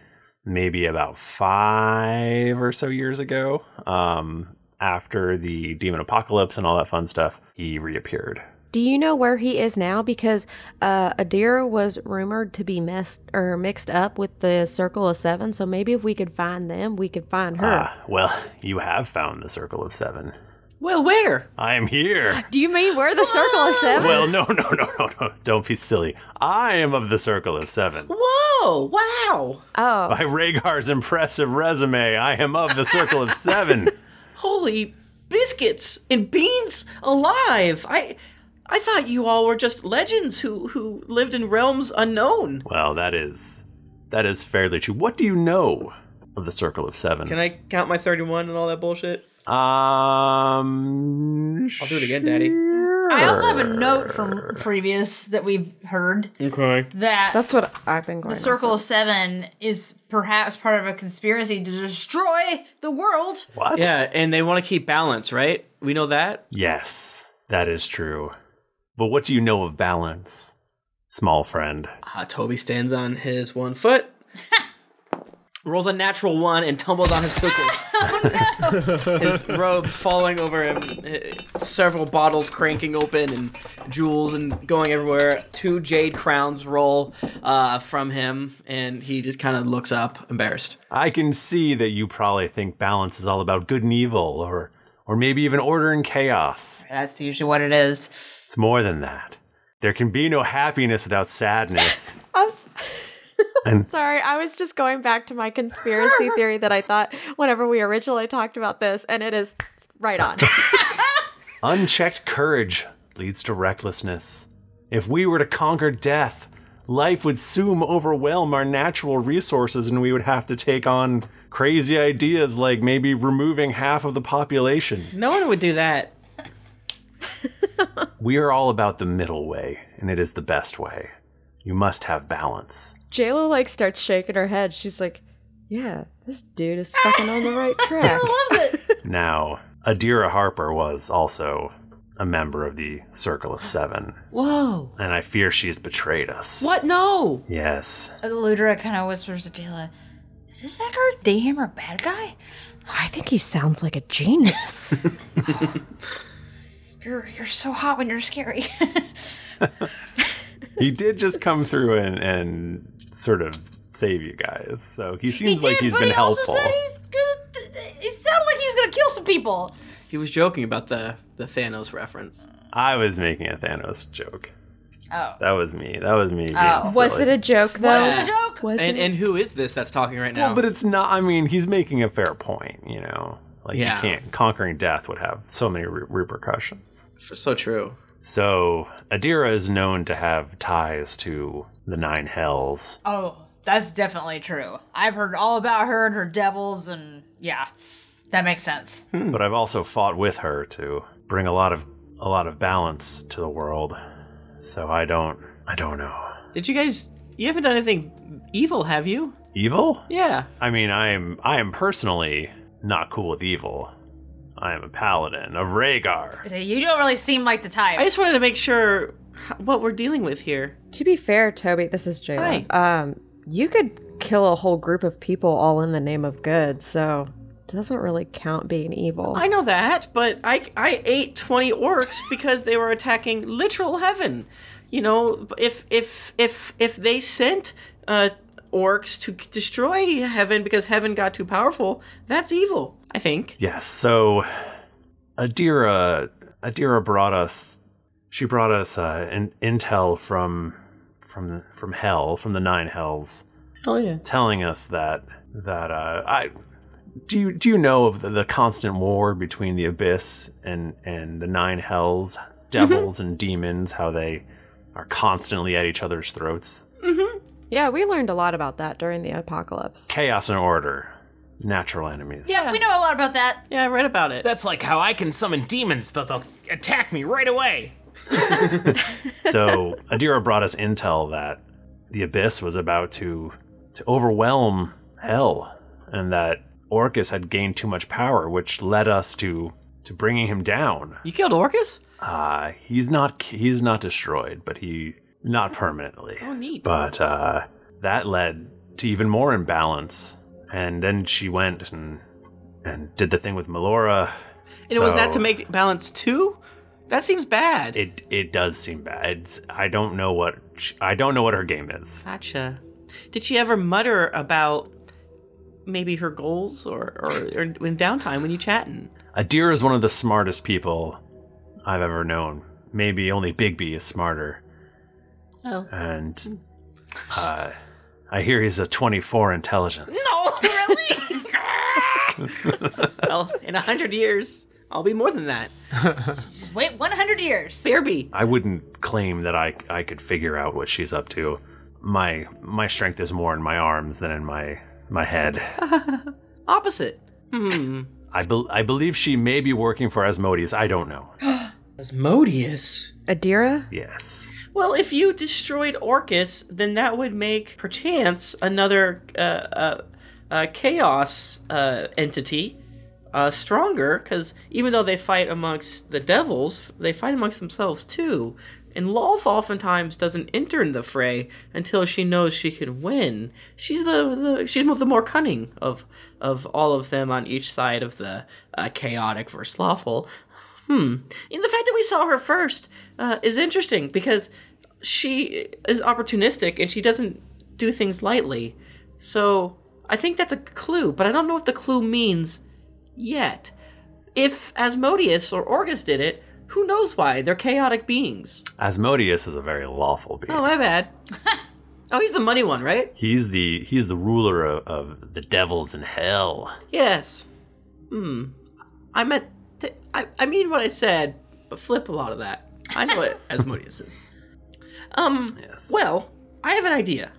maybe about five or so years ago, um, after the demon apocalypse and all that fun stuff, he reappeared. Do you know where he is now? Because uh, Adira was rumored to be messed or mixed up with the Circle of Seven. So maybe if we could find them, we could find her. Ah, well, you have found the circle of seven. Well, where? I am here. Do you mean we're the Circle of Seven? Well, no, no, no, no, no. Don't be silly. I am of the Circle of Seven. Whoa! Wow! Oh, By Rhaegar's impressive resume, I am of the Circle of Seven. Holy biscuits and beans alive! I I thought you all were just legends who who lived in realms unknown. Well, that is that is fairly true. What do you know of the Circle of Seven? Can I count my thirty-one and all that bullshit? Um, I'll do it again, Daddy. I also have a note from previous that we've heard Okay. that That's what I've been going. the Circle of Seven is perhaps part of a conspiracy to destroy the world. What? Yeah, and they want to keep balance, right? We know that. Yes, that is true. But what do you know of balance, small friend? Uh, Toby stands on his one foot, rolls a natural one, and tumbles on his tookles. Oh, his robes falling over him, eh, several bottles cranking open, and jewels and going everywhere. Two jade crowns roll uh, from him, and he just kind of looks up, embarrassed. I can see that you probably think balance is all about good and evil, or or maybe even order and chaos. That's usually what it is. It's more than that. There can be no happiness without sadness. I'm s- And- sorry. I was just going back to my conspiracy theory that I thought whenever we originally talked about this, and it is right on. Unchecked courage leads to recklessness. If we were to conquer death, life would soon overwhelm our natural resources and we would have to take on crazy ideas like maybe removing half of the population. No one would do that. We are all about the middle way, and it is the best way. You must have balance. JLo like starts shaking her head. She's like, "Yeah, this dude is fucking on the right track." Now, Adira Harper was also a member of the Circle of Seven, Whoa! and I fear she has betrayed us. What? No! Yes. Ludra kind of whispers to Jayla, "Is this Edgar Dayhammer bad guy? I think he sounds like a genius. You're you're so hot when you're scary." he did just come through and, and sort of save you guys. So he seems like he's been helpful. It sounded like he was gonna kill some people. He was joking about the the Thanos reference. I was making a Thanos joke. Oh. That was me. That was me. Being was silly. it a joke though? Was it a joke? Was and it? and who is this that's talking right now? Well, but it's not. I mean, he's making a fair point. You know, like Yeah. you can't conquering death would have so many re- repercussions. So true. So Adira is known to have ties to the Nine Hells. Oh, that's definitely true. I've heard all about her and her devils, and yeah, that makes sense. but I've also fought with her to bring a lot of a lot of balance to the world. So I don't I don't know. Did you guys? You haven't done anything evil, have you? Evil? Yeah. I mean, I am I am personally not cool with evil. I am a paladin of Rhaegar. So you don't really seem like the type. I just wanted to make sure h- what we're dealing with here. To be fair, Toby, this is Jayla. Um, you could kill a whole group of people all in the name of good, so it doesn't really count being evil. I know that, but I I ate 20 orcs because they were attacking literal heaven. You know, if if if if they sent uh orcs to destroy heaven because heaven got too powerful, that's evil, I think. Yes. So, Adira, Adira brought us. She brought us uh, an intel from from from hell, from the nine hells, Oh yeah. telling us that that uh, I do you do you know of the, the constant war between the abyss and and the nine hells, devils and demons, how they are constantly at each other's throats. Mm-hmm. Yeah, we learned a lot about that during the apocalypse. Chaos and order, natural enemies. Yeah, we know a lot about that. Yeah, I read about it. That's like how I can summon demons, but they'll attack me right away. So Adira brought us intel that the abyss was about to to overwhelm hell, and that Orcus had gained too much power, which led us to to bringing him down. You killed Orcus? Uh, he's not he's not destroyed, but he not permanently. Oh, neat. But uh, that led to even more imbalance, and then she went and and did the thing with Melora. And was that to So- make balance 2? That seems bad. It it does seem bad. It's, I don't know what she, I don't know what her game is. Gotcha. Did she ever mutter about maybe her goals or, or, or in downtime when you chatting? Adir is one of the smartest people I've ever known. Maybe only Bigby is smarter. Oh. And uh, I hear he's a 24 intelligence. No, really? well, in a hundred years, I'll be more than that. Just wait 100 years. Fairby. I wouldn't claim that I, I could figure out what she's up to. My my strength is more in my arms than in my my head. Opposite. Hmm. I bel I believe she may be working for Asmodeus. I don't know. Asmodeus. Adira? Yes. Well, if you destroyed Orcus, then that would make perchance another uh, uh, uh, chaos uh, entity uh, stronger, because even though they fight amongst the devils, they fight amongst themselves too. And Lolth oftentimes doesn't enter in the fray until she knows she can win. She's the, the she's the more cunning of of all of them on each side of the uh, chaotic versus lawful. Hmm. And the fact that we saw her first uh, is interesting because she is opportunistic and she doesn't do things lightly. So I think that's a clue, but I don't know what the clue means yet. If Asmodeus or Orgus did it, who knows why? They're chaotic beings. Asmodeus is a very lawful being. Oh, my bad. oh, he's the money one, right? He's the he's the ruler of, of the devils in hell. Yes. Hmm. I meant. To, I, I mean what I said, but flip a lot of that. I know what Asmodeus is. Um. Well, I have an idea.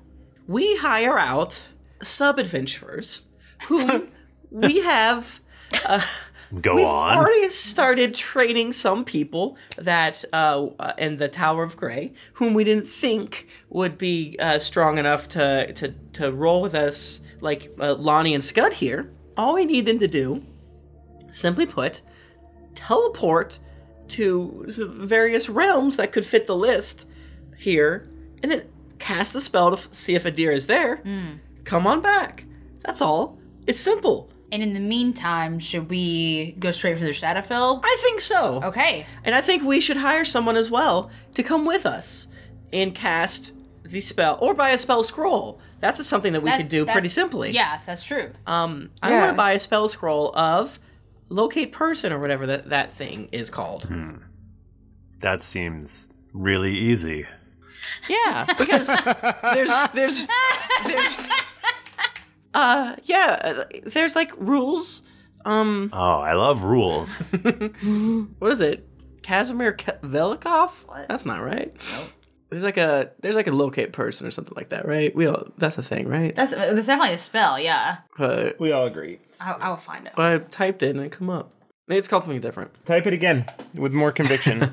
We hire out sub adventurers whom we have. Uh, Go We've on. already started training some people that uh, uh, in the Tower of Grey, whom we didn't think would be uh, strong enough to, to to roll with us, like uh, Lonnie and Scud here. All we need them to do, simply put, teleport to s- various realms that could fit the list here, and then cast a spell to f- see if a deer is there. Come on back. That's all. It's simple. And in the meantime, should we go straight for the Shadowfell? I think so. Okay. And I think we should hire someone as well to come with us and cast the spell or buy a spell scroll. That's just something that we That- could do that's- pretty simply. Yeah, that's true. Um, I Yeah. want to buy a spell scroll of locate person or whatever that, that thing is called. Hmm. That seems really easy. Yeah, because there's there's there's uh yeah, uh, there's like rules. Um Oh, I love rules. what is it? Casimir Ke- Velikov? That's not right. There's like a there's like a locate person or something like that, right? We all, that's a thing, right? That's, that's definitely a spell, yeah. But we all agree. I, I will find it. But I typed it and it come up. Maybe it's called something different. Type it again with more conviction.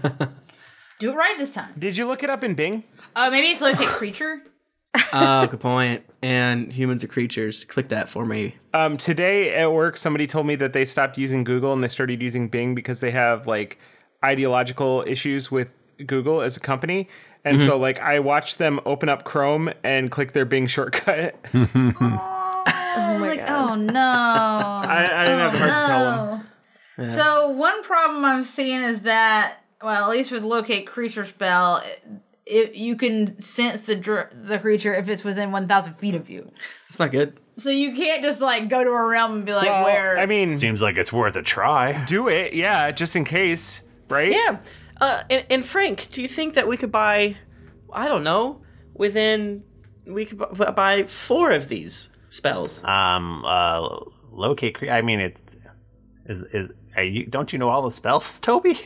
Do it right this time. Did you look it up in Bing? Oh, maybe it's locate creature. oh, good point. And humans are creatures. Click that for me. Um, today at work, somebody told me that they stopped using Google and they started using Bing because they have like ideological issues with Google as a company. And so, Mhm. like, I watched them open up Chrome and click their Bing shortcut. Oh, like, oh no. Oh, I, I didn't have the heart to tell them. So one problem I'm seeing is that, well, at least with locate creature spell, it, it, you can sense the dr- the creature if it's within 1,000 feet of you. It's not good. So you can't just like go to a realm and be like, Well, where? I mean, seems like it's worth a try. Do it, yeah, just in case, right? Yeah. Uh, and, and Frank, do you think that we could buy, I don't know, within, we could bu- buy four of these spells? Um, uh, locate. Cre- I mean, it's is is. Are you, don't you know all the spells, Toby?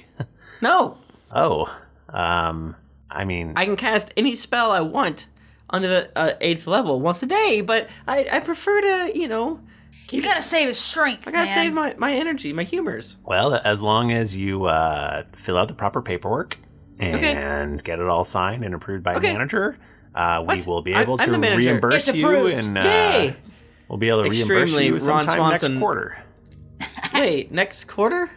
No. Oh, um, I mean, I can cast any spell I want under the uh, eighth level once a day, but I, I prefer to, you know. He's got to save his strength. I gotta man. save my, my energy, my humors. well, as long as you uh, fill out the proper paperwork and Okay. get it all signed and approved by Okay. a manager, uh, we will be I- able I'm to the manager. reimburse It's you approved. and uh, Yay. we'll be able to reimburse Extremely you Ron sometime Swanson. next quarter. Wait, next quarter?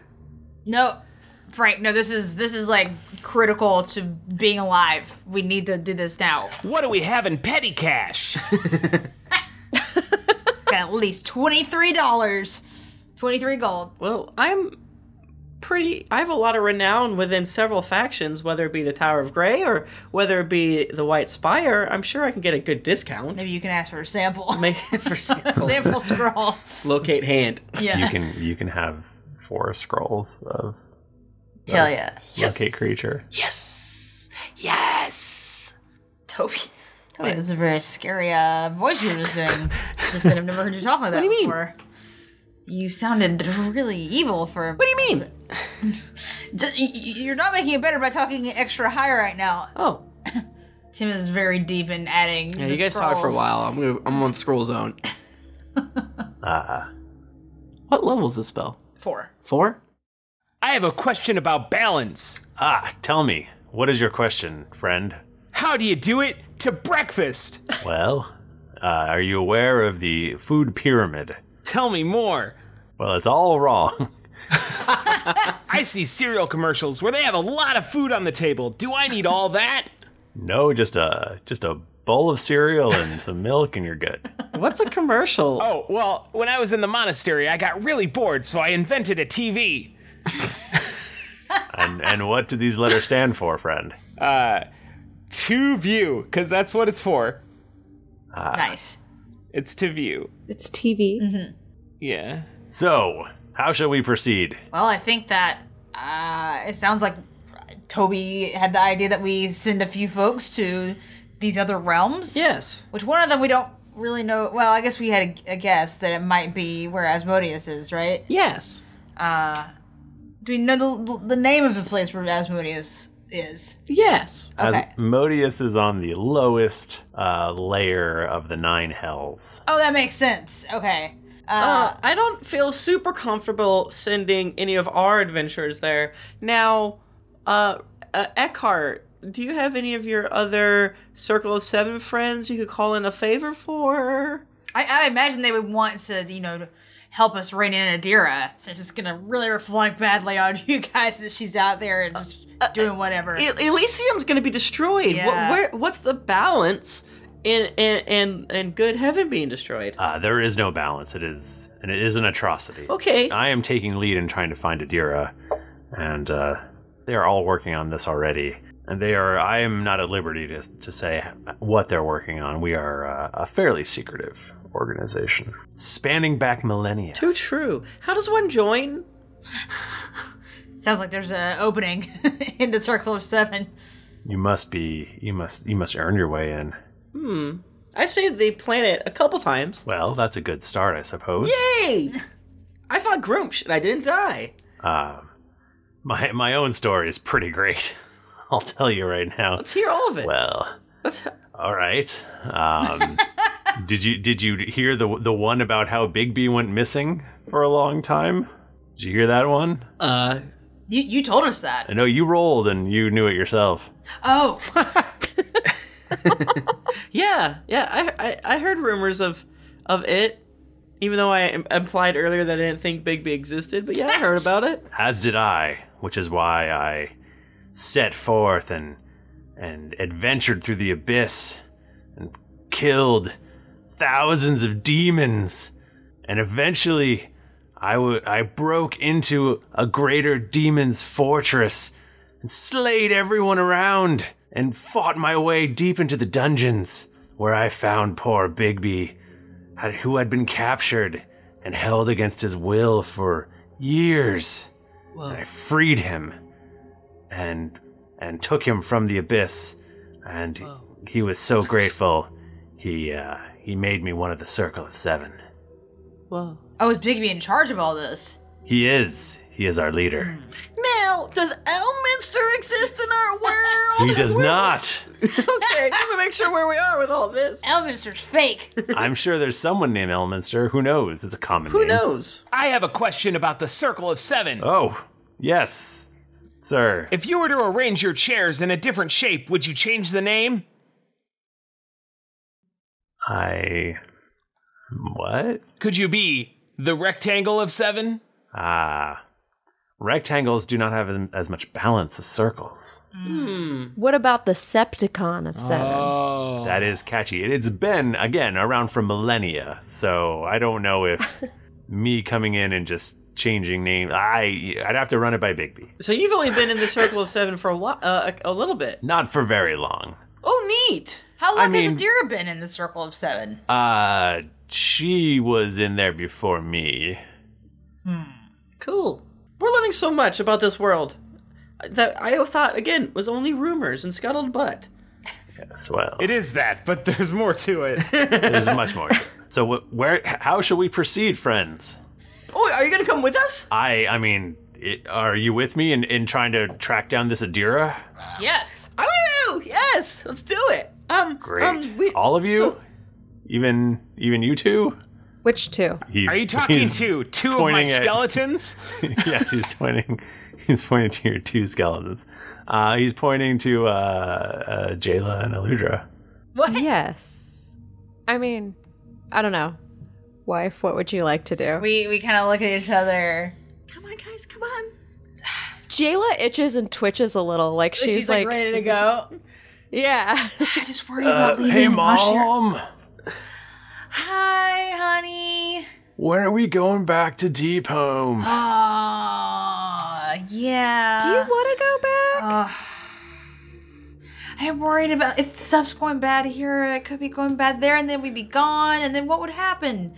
No, Frank. No, this is this is like critical to being alive. We need to do this now. What do we have in petty cash? Got at least twenty three dollars, twenty three gold. Well, I'm pretty. I have a lot of renown within several factions, whether it be the Tower of Grey or whether it be the White Spire. I'm sure I can get a good discount. Maybe you can ask for a sample. Make for sample. sample scroll. Locate hand. Yeah. You can you can have four scrolls of Hell of yeah. locate creature. Yes. Yes. Toby. Toby, What? this is a very scary uh, voice you were just doing. just said I've never heard you talk like that what do you before. Mean? You sounded really evil for. What do you mean? You're not making it better by talking extra high right now. Oh. Tim is very deep in adding. Yeah, the you guys talk for a scrolls. while. I'm gonna. I'm on the scroll zone. Ah. What level is this spell? Four. Four. I have a question about balance. Ah, tell me, what is your question, friend? How do you do it to breakfast? Well, uh, are you aware of the food pyramid? Tell me more. Well, it's all wrong. I see cereal commercials where they have a lot of food on the table. Do I need all that? No, just a just a bowl of cereal and some milk, and you're good. What's a commercial? Oh, well, when I was in the monastery, I got really bored, so I invented a TV. And and what do these letters stand for, friend? Uh, to view, because that's what it's for. Ah. nice. It's to view. It's TV. Mm-hmm. Yeah. So, how shall we proceed? Well, I think that uh, it sounds like Toby had the idea that we send a few folks to these other realms. Yes. Which one of them we don't really know. Well, I guess we had a, a guess that it might be where Asmodeus is, right? Yes. Uh, do we know the, the name of the place where Asmodeus is? Yes. Okay. Asmodeus is on the lowest uh, layer of the nine hells. oh, that makes sense. Okay. Uh, I don't feel super comfortable sending any of our adventurers there. Now, uh, uh, Eckhart, do you have any of your other Circle of Seven friends you could call in a favor for? I, I imagine they would want to, you know, help us rein in Adira, since it's gonna really reflect badly on you guys that she's out there and just doing whatever. E- Elysium's going to be destroyed. Yeah. What, where, what's the balance in in, in in good heaven being destroyed? Uh, there is no balance. It is, and it is an atrocity. Okay. I am taking lead in trying to find Adira, and uh, they are all working on this already. And they are. I am not at liberty to to say what they're working on. We are uh, a fairly secretive organization, spanning back millennia. Too true. How does one join? Sounds like there's an opening in the Circle of Seven. You must be. You must. You must earn your way in. Hmm. I've saved the planet a couple times. Well, that's a good start, I suppose. Yay! I fought Groomsh and I didn't die. Um, my my own story is pretty great. I'll tell you right now. Let's hear all of it. Well, all right. Um, did you did you hear the the one about how Bigby went missing for a long time? Did you hear that one? Uh, You you told us that. I know you rolled and you knew it yourself. Oh. Oh. yeah, yeah. I, I I heard rumors of of it, even though I im- implied earlier that I didn't think Bigby existed. But yeah, I heard about it. As did I, which is why I set forth and and adventured through the abyss and killed thousands of demons. And eventually I w- I broke into a greater demon's fortress and slayed everyone around and fought my way deep into the dungeons where I found poor Bigby had, who had been captured and held against his will for years. Whoa. And I freed him and and took him from the abyss and he was so grateful he uh, he made me one of the circle of 7. Whoa. Oh, is Bigby in charge of all this? He is he is our leader. Now, does Elminster exist in our world? He does not. okay, I'm gonna make sure where we are with all this. Elminster's fake. I'm sure there's someone named Elminster. Who knows? It's a common name. knows? I have a question about the Circle of Seven. Oh, yes, sir. If you were to arrange your chairs in a different shape, would you change the name? I. What? Could you be the rectangle of seven? Ah. rectangles do not have as- as much balance as circles. Mm. Hmm. What about the Septicon of seven? Uh. Oh. That is catchy. It- It's been, again, around for millennia, so I don't know if me coming in and just changing name, I, I'd have to run it by Bigby. So you've only been in the circle of seven for a while, uh, a, a little bit. Not for very long. Oh, neat. How I long mean- has Adira been in the circle of seven? Uh, she was in there before me. Cool. We're learning so much about this world that I thought again was only rumors and scuttled butt. Yes, well. It is that, but there's more to it. There's much more. So, wh- where? How shall we proceed, friends? Oh, are you gonna come with us? I, I mean, i are you with me in, in trying to track down this Adira? Yes. Oh, yes. Let's do it. Um, Great, um, we- all of you, so- even even you two. Which two? He- Are you talking he's to two of my pointing at- skeletons? yes, he's pointing. He's pointing to your two skeletons. Uh, he's pointing to uh, uh, Jayla and Eludra. Yes. I mean, I don't know. Wife, what would you like to do? We we kind of look at each other. Jayla itches and twitches a little, like she's, She's, like, ready to go. Yeah. I just worry Uh, about hey, leaving mom. Hi, honey. When are we going back to Deep Home? Aw, Ah, yeah. Do you want to go back? I'm worried about if stuff's going bad here, it could be going bad there, and then we'd be gone, and then what would happen?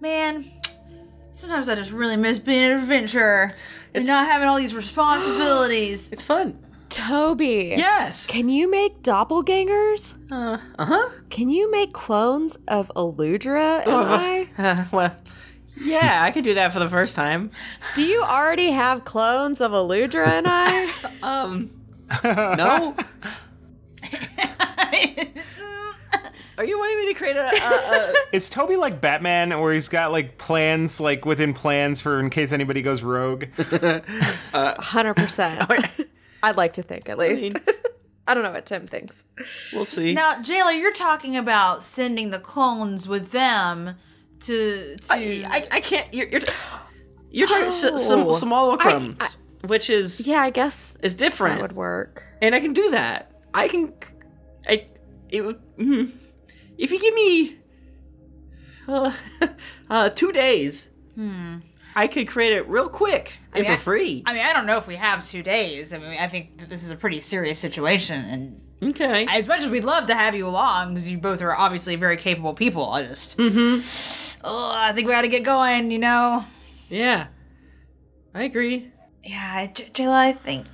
Man, sometimes I just really miss being an adventurer and not having all these responsibilities. it's fun. Toby. Yes. Can you make doppelgangers? Uh uh-huh. huh. Can you make clones of Eludra and I? Uh, well, yeah, I could do that for the first time. Do you already have clones of Eludra and I? Um, no. Are you wanting me to create a? a, a Is Toby like Batman, where he's got like plans, like within plans for in case anybody goes rogue? Uh, 100%. I'd like to think, at least. I don't know what Tim thinks. we'll see. Now, Jayla, you're talking about sending the clones with them to to. Oh. I, I can't. You're you're, you're talking s some simulacrums, which is Yeah, I guess is different. that would work. and I can do that. I can. I. It would. mhm. If you give me. Uh, uh, two days, hmm. I could create it real quick and mean, for free. I mean, I don't know if we have two days. I mean, I think that this is a pretty serious situation, and okay. as much as we'd love to have you along, because you both are obviously very capable people, I just, mm-hmm. oh, I think we got to get going. You know? Yeah. I agree. Yeah, J- Jayla, I think.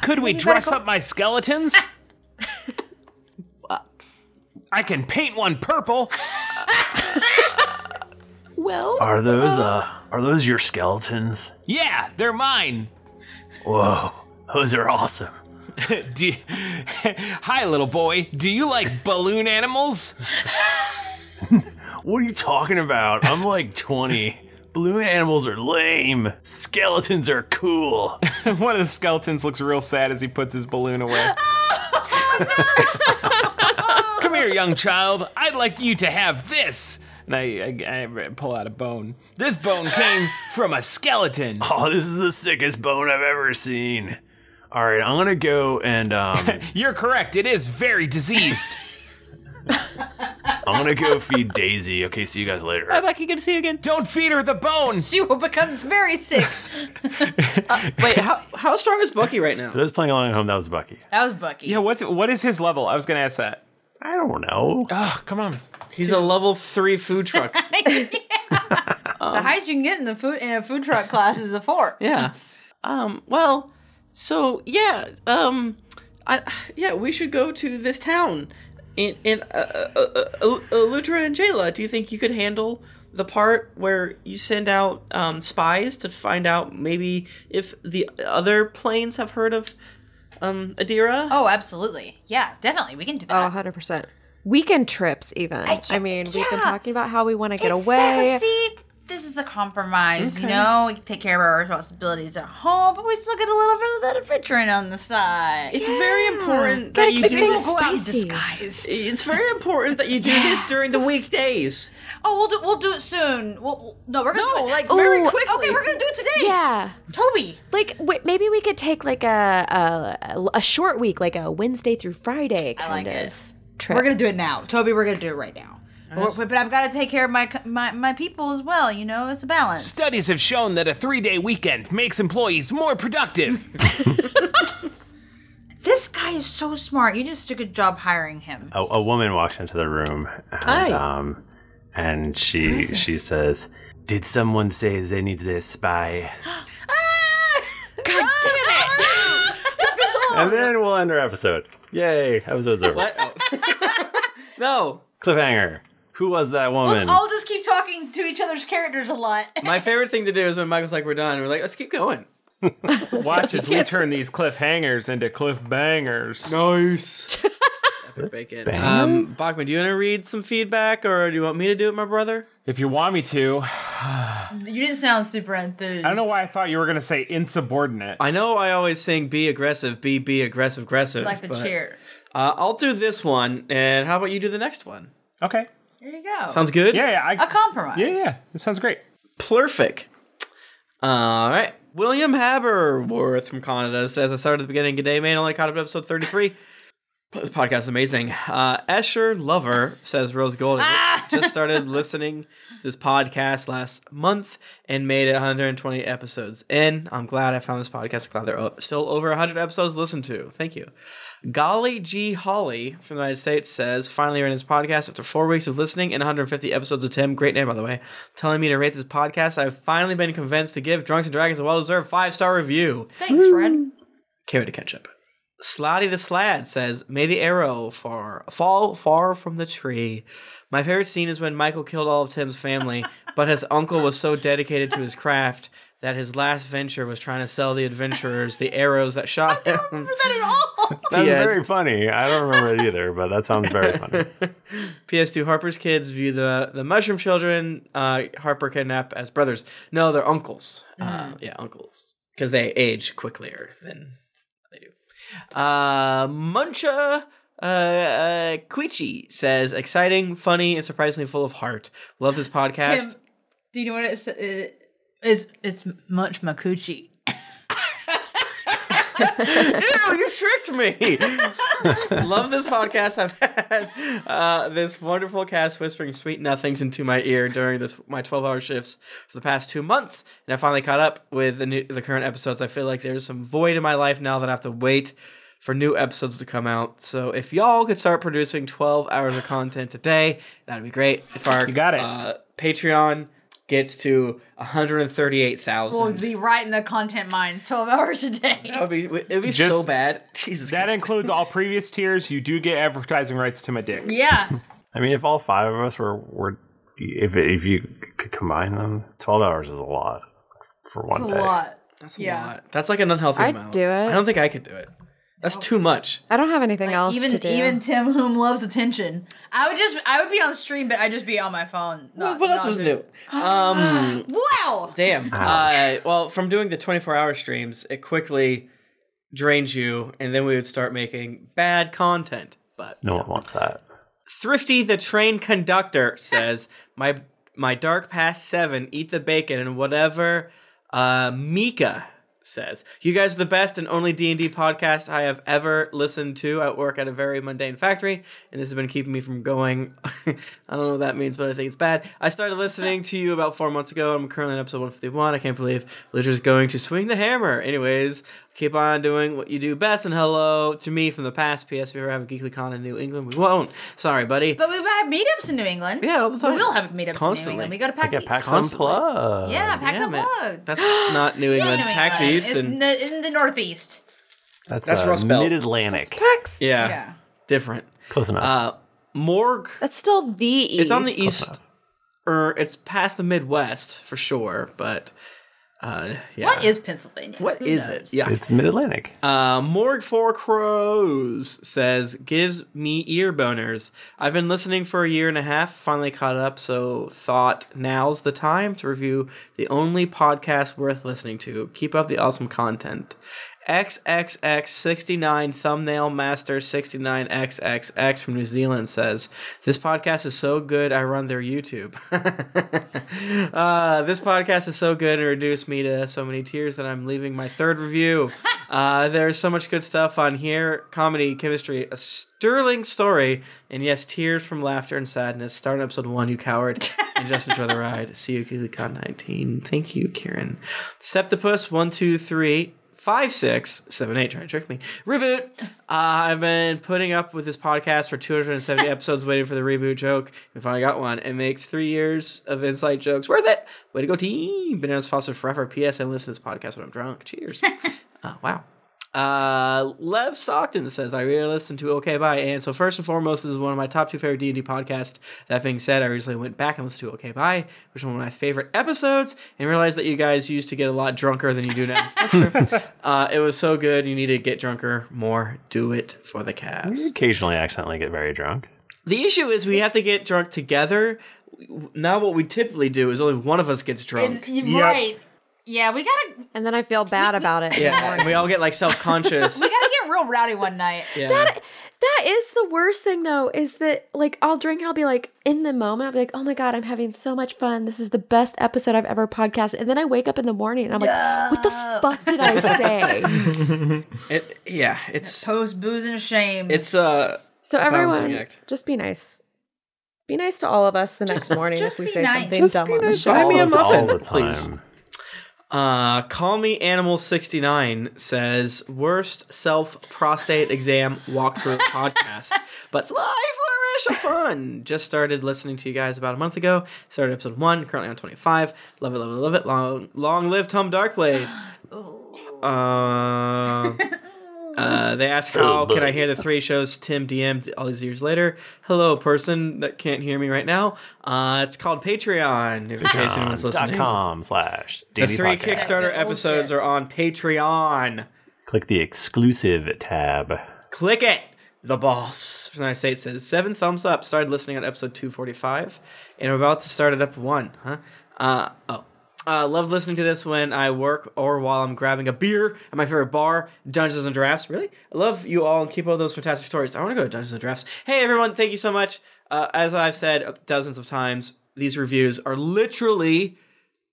Could we dress up my skeletons? I can paint one purple. Well, Are those uh are those your skeletons? Yeah, they're mine. Whoa, those are awesome. Do you- Hi, little boy. Do you like balloon animals? What are you talking about? I'm like 20. Balloon animals are lame. Skeletons are cool. One of the skeletons looks real sad as he puts his balloon away. here, young child. I'd like you to have this." And I, I, I pull out a bone. This bone came from a skeleton. Oh, this is the sickest bone I've ever seen. All right, I'm gonna go and um, You're correct. It is very diseased. I'm gonna go feed Daisy. Okay, see you guys later. Hi, Becky. Good to see you again. Don't feed her the bone. She will become very sick. Uh, Wait, how how strong is Bucky right now? For those playing along at home, that was Bucky. That was Bucky. Yeah. What's what is his level? I was gonna ask that. I don't know. Oh, come on. He's a level three food truck. the highest you can get in the food in a food truck class is a four. Um, Yeah. Um. Well. So yeah. Um. I yeah. We should go to this town. In in uh, uh, uh, uh, Lutra and Jayla, do you think you could handle the part where you send out um, spies to find out maybe if the other planes have heard of um, Adira? Oh, absolutely. Yeah, definitely. We can do Oh, 100%. Weekend trips, even. I, mean, we've been yeah. talking about how we want to get Exactly. away. See, this is the compromise. You Okay. know, we can take care of our responsibilities at home, but we still get a little bit of that adventuring on the side. It's very important that you do this. It's very important that you do this during the weekdays. Oh, we'll do we'll do it soon. We'll, we'll- no, we're gonna no, do it like very quickly. Okay, we're gonna do it today. Yeah. Toby. Like, w- maybe we could take like a, a a short week, like a Wednesday through Friday kind like of it. trip. We're gonna do it now, Toby. We're gonna do it right now. Nice. But, but I've got to take care of my, co- my my people as well. You know, it's a balance. Studies have shown that a three-day weekend makes employees more productive. This guy is so smart. You did such a good job hiring him. A, a woman walks into the room, and, Hi. um, and Who she is it? she says, "Did someone say they needed a spy?" God damn it! And then we'll end our episode. Yay! Episode's over. no. Cliffhanger. Who was that woman? I'll just keep talking to each other's characters a lot. My favorite thing to do is when Michael's like, "We're done." We're like, "Let's keep going." Watch as we turn these cliffhangers into cliff bangers. Nice. Epic bacon. Um, Bangs? Bachman, do you want to read some feedback, or do you want me to do it, my brother? If you want me to, You didn't sound super enthused. I don't know why I thought you were going to say insubordinate. I know I always sing "Be aggressive, be be aggressive, aggressive." Like the but, chair. Uh, I'll do this one, and how about you do the next one? Okay. There you go. Sounds good? Yeah, yeah. A compromise. yeah. This sounds great. Perfect. All right. William Haberworth from Canada says, I started at the beginning of day, man. Only caught up to episode 33. This podcast is amazing. Uh, Escher Lover says, Rose Gold, just started listening to this podcast last month and made it 120 episodes in. I'm glad I found this podcast. Glad there are still over 100 episodes listened to. Thank you. Golly G. Holly from the United States says, finally ran his podcast after four weeks of listening and 150 episodes of Tim. Great name, by the way. Telling me to rate this podcast. I've finally been convinced to give Drunks and Dragons a well deserved five star review. Thanks, Fred. Can't wait to catch up. Slotty the Slad says, May the arrow far, fall far from the tree. My favorite scene is when Michael killed all of Tim's family, but his uncle was so dedicated to his craft that his last venture was trying to sell the adventurers the arrows that shot them. That's Yes. very funny. I don't remember it either, but that sounds very funny. PS2 Harper's kids view the, the mushroom children uh, Harper kidnap as brothers. No, they're uncles. Uh, yeah, uncles. Because they age quicker than Uh, Muncha uh, uh, Quichi says, exciting, funny, and surprisingly full of heart. Love this podcast. Tim, do you know what it's it, it's it's much makuchi. Ew, you tricked me. Love this podcast. I've had uh, this wonderful cast whispering sweet nothings into my ear during this my 12 hour shifts for the past two months. And I finally caught up with the, new, the current episodes. I feel like there's some void in my life now that I have to wait for new episodes to come out. So if y'all could start producing 12 hours of content a day, that'd be great. If our you got it. Uh, Patreon gets to 138,000. We'll be right in the content mines twelve hours a day. That would be it'd be Just- so bad. Jesus. That includes all previous tiers. You do get advertising rights to my dick. Yeah. I mean, if all five of us were were if if you could combine them, twelve hours is a lot for one day. That's a yeah. lot. That's like an unhealthy I'd amount. do it. I don't think I could do it. That's too much. I don't have anything else even to do. even Tim, whom loves attention, I would just I would be on stream, but I'd just be on my phone. Not, What else not is doing- new? Um, wow. damn. Uh, well, from doing the 24 hour streams, it quickly drains you, and then we would start making bad content. But No one wants that. Thrifty the train conductor says, "My my dark past seven. Eat the bacon and whatever." Uh, Mika says, "You guys are the best and only D and D podcast I have ever listened to. I work at a very mundane factory, and this has been keeping me from going. I don't know what that means, but I think it's bad. I started listening to you about four months ago. and I'm currently on episode 151. I can't believe Liter's going to swing the hammer. Anyways, keep on doing what you do best. And hello to me from the past. P.S. If you ever have a GeeklyCon in New England, we won't. Sorry, buddy. But we have meetups in New England. Yeah, all the time. We will have meetups Constantly. in New England. We go to PAX. East. Unplugged. Yeah, PAX man. Unplugged. That's not New Not England. New PAX England. East It's and in the, in the Northeast. That's, That's uh, Rust Belt. Mid-Atlantic. Yeah. Yeah. Different. Close enough. Uh, Morg. That's still the east. It's on the east, or it's past the Midwest for sure. But uh, yeah. What is Pennsylvania? What is it? Yeah. It's mid-Atlantic. Uh, Morg Four Crows says, gives me ear boners. I've been listening for a year and a half, finally caught up, so thought now's the time to review the only podcast worth listening to. Keep up the awesome content. XXX69 Thumbnail Master 69XXX from New Zealand says, This podcast is so good, I run their YouTube. uh, this podcast is so good and reduced me to so many tears that I'm leaving my third review. uh, there's so much good stuff on here comedy, chemistry, a sterling story, and yes, tears from laughter and sadness. Start on episode one, you coward, and just enjoy the ride. See you, KikiCon 19. Thank you, Kieran. Septipus, one, two, three, five, six, seven, eight. Trying to trick me. Reboot. Uh, I've been putting up with this podcast for 270 episodes, waiting for the reboot joke, and finally got one. It makes three years of inside jokes worth it. Way to go, team! Bananas Fossil forever. P.S. I listen to this podcast when I'm drunk. Cheers. Oh, wow. Uh, Lev Stockton says, I really listened to OK Bye. And so first and foremost, this is one of my top two favorite D&D podcasts. That being said, I recently went back and listened to OK Bye, which is one of my favorite episodes, and realized that you guys used to get a lot drunker than you do now. That's true. uh, it was so good. You need to get drunker more. Do it for the We cast. occasionally accidentally get very drunk. The issue is we have to get drunk together. Now what we typically do is only one of us gets drunk. Right. Yeah, we gotta And then I feel bad about it. Yeah, and we all get like self-conscious. we gotta get real rowdy one night. Yeah. That is the worst thing though, is that like I'll drink and I'll be like in the moment, I'll be like, oh my god, I'm having so much fun. This is the best episode I've ever podcast. And then I wake up in the morning and I'm like, what the fuck did I say? It, yeah, it's post booze and shame. It's uh So a balancing everyone act. just be nice. Be nice to all of us the next morning if we say something Just dumb be on the nice. show. Buy me a muffin, all the please. time. Uh, call me animal sixty nine says worst self prostate exam walkthrough podcast, but sly flourish of fun. Just started listening to you guys about a month ago. Started episode one, currently on twenty five. Love it, love it, love it. Long, long live Tom Darkblade. Uh, uh, they ask Oh, how can I hear the three shows Tim DM'd all these years later. Hello, person that can't hear me right now. Uh, it's called Patreon. If in case anyone's listening, Patreon.com slash the DD three podcast. Kickstarter episodes are on Patreon. Click the exclusive tab. Click it. The boss from the United States says seven thumbs up. Started listening on episode 245, and we're about to start at up one, huh? Uh oh. Uh, love listening to this when I work or while I'm grabbing a beer at my favorite bar, Dungeons and Drafts. Really, I love you all and keep all those fantastic stories. I want to go to Dungeons and Drafts. Hey everyone, thank you so much. Uh, as I've said dozens of times, these reviews are literally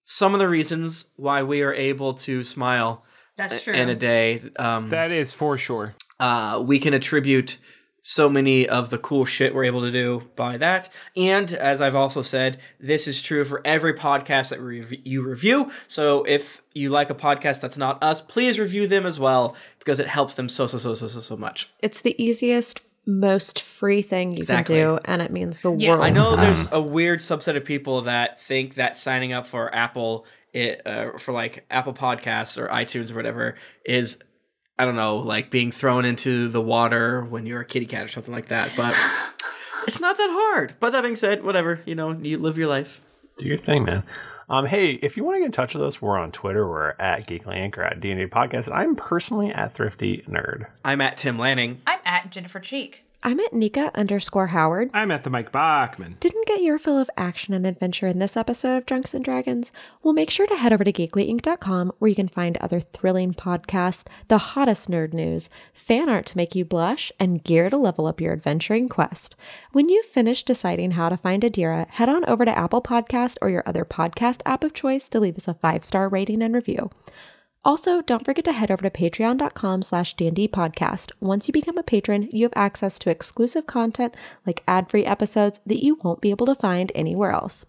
some of the reasons why we are able to smile That's true. in a day. Um, that is for sure. Uh, we can attribute so many of the cool shit we're able to do by that. And as I've also said, this is true for every podcast that rev- you review. So if you like a podcast that's not us, please review them as well because it helps them so, so, so, so, so, so much. It's the easiest, most free thing you Exactly. can do, and it means the world. Um, I know to there's us. a weird subset of people that think that signing up for Apple, it uh, for like Apple Podcasts or iTunes or whatever, is I don't know, like being thrown into the water when you're a kitty cat or something like that. But it's not that hard. But that being said, whatever you know, you live your life. Do your thing, man. Um, hey, if you want to get in touch with us, we're on Twitter. We're at Geekly Anchor at D&D Podcast. I'm personally at Thrifty Nerd. I'm at Tim Lanning. I'm at Jennifer Cheek. I'm at Nika underscore Howard. I'm at the Mike Bachman. Didn't get your fill of action and adventure in this episode of Drunks and Dragons? Well, make sure to head over to geeklyinc.com where you can find other thrilling podcasts, the hottest nerd news, fan art to make you blush, and gear to level up your adventuring quest. When you've finished deciding how to find Adira, head on over to Apple Podcast or your other podcast app of choice to leave us a five-star rating and review. Also, don't forget to head over to patreon.com slash D&D podcast. Once you become a patron, you have access to exclusive content like ad-free episodes that you won't be able to find anywhere else.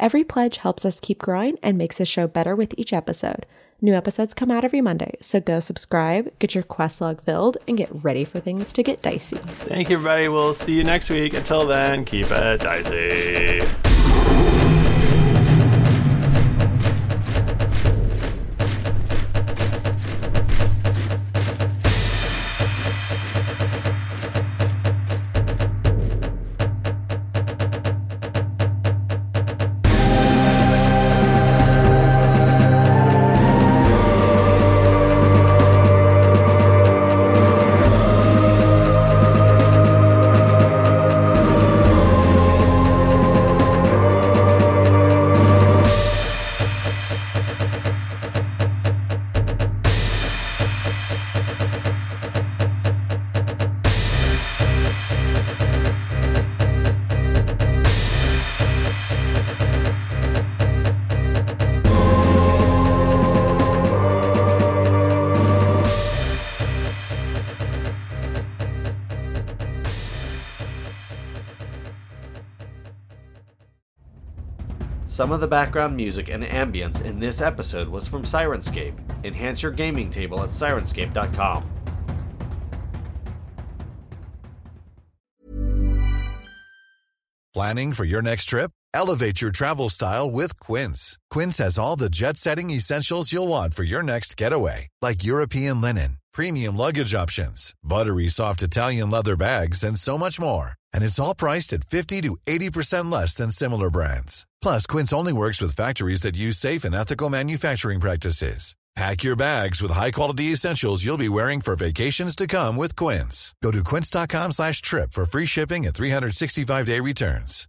Every pledge helps us keep growing and makes the show better with each episode. New episodes come out every Monday, so go subscribe, get your quest log filled, and get ready for things to get dicey. Thank you, everybody. We'll see you next week. Until then, keep it dicey. Some of the background music and ambience in this episode was from Sirenscape. Enhance your gaming table at sirenscape.com. Planning for your next trip? Elevate your travel style with Quince. Quince has all the jet setting essentials you'll want for your next getaway, like European linen, premium luggage options, buttery soft Italian leather bags, and so much more. And it's all priced at 50 to 80% less than similar brands. Plus, Quince only works with factories that use safe and ethical manufacturing practices. Pack your bags with high-quality essentials you'll be wearing for vacations to come with Quince. Go to quince.com slash trip for free shipping and 365-day returns.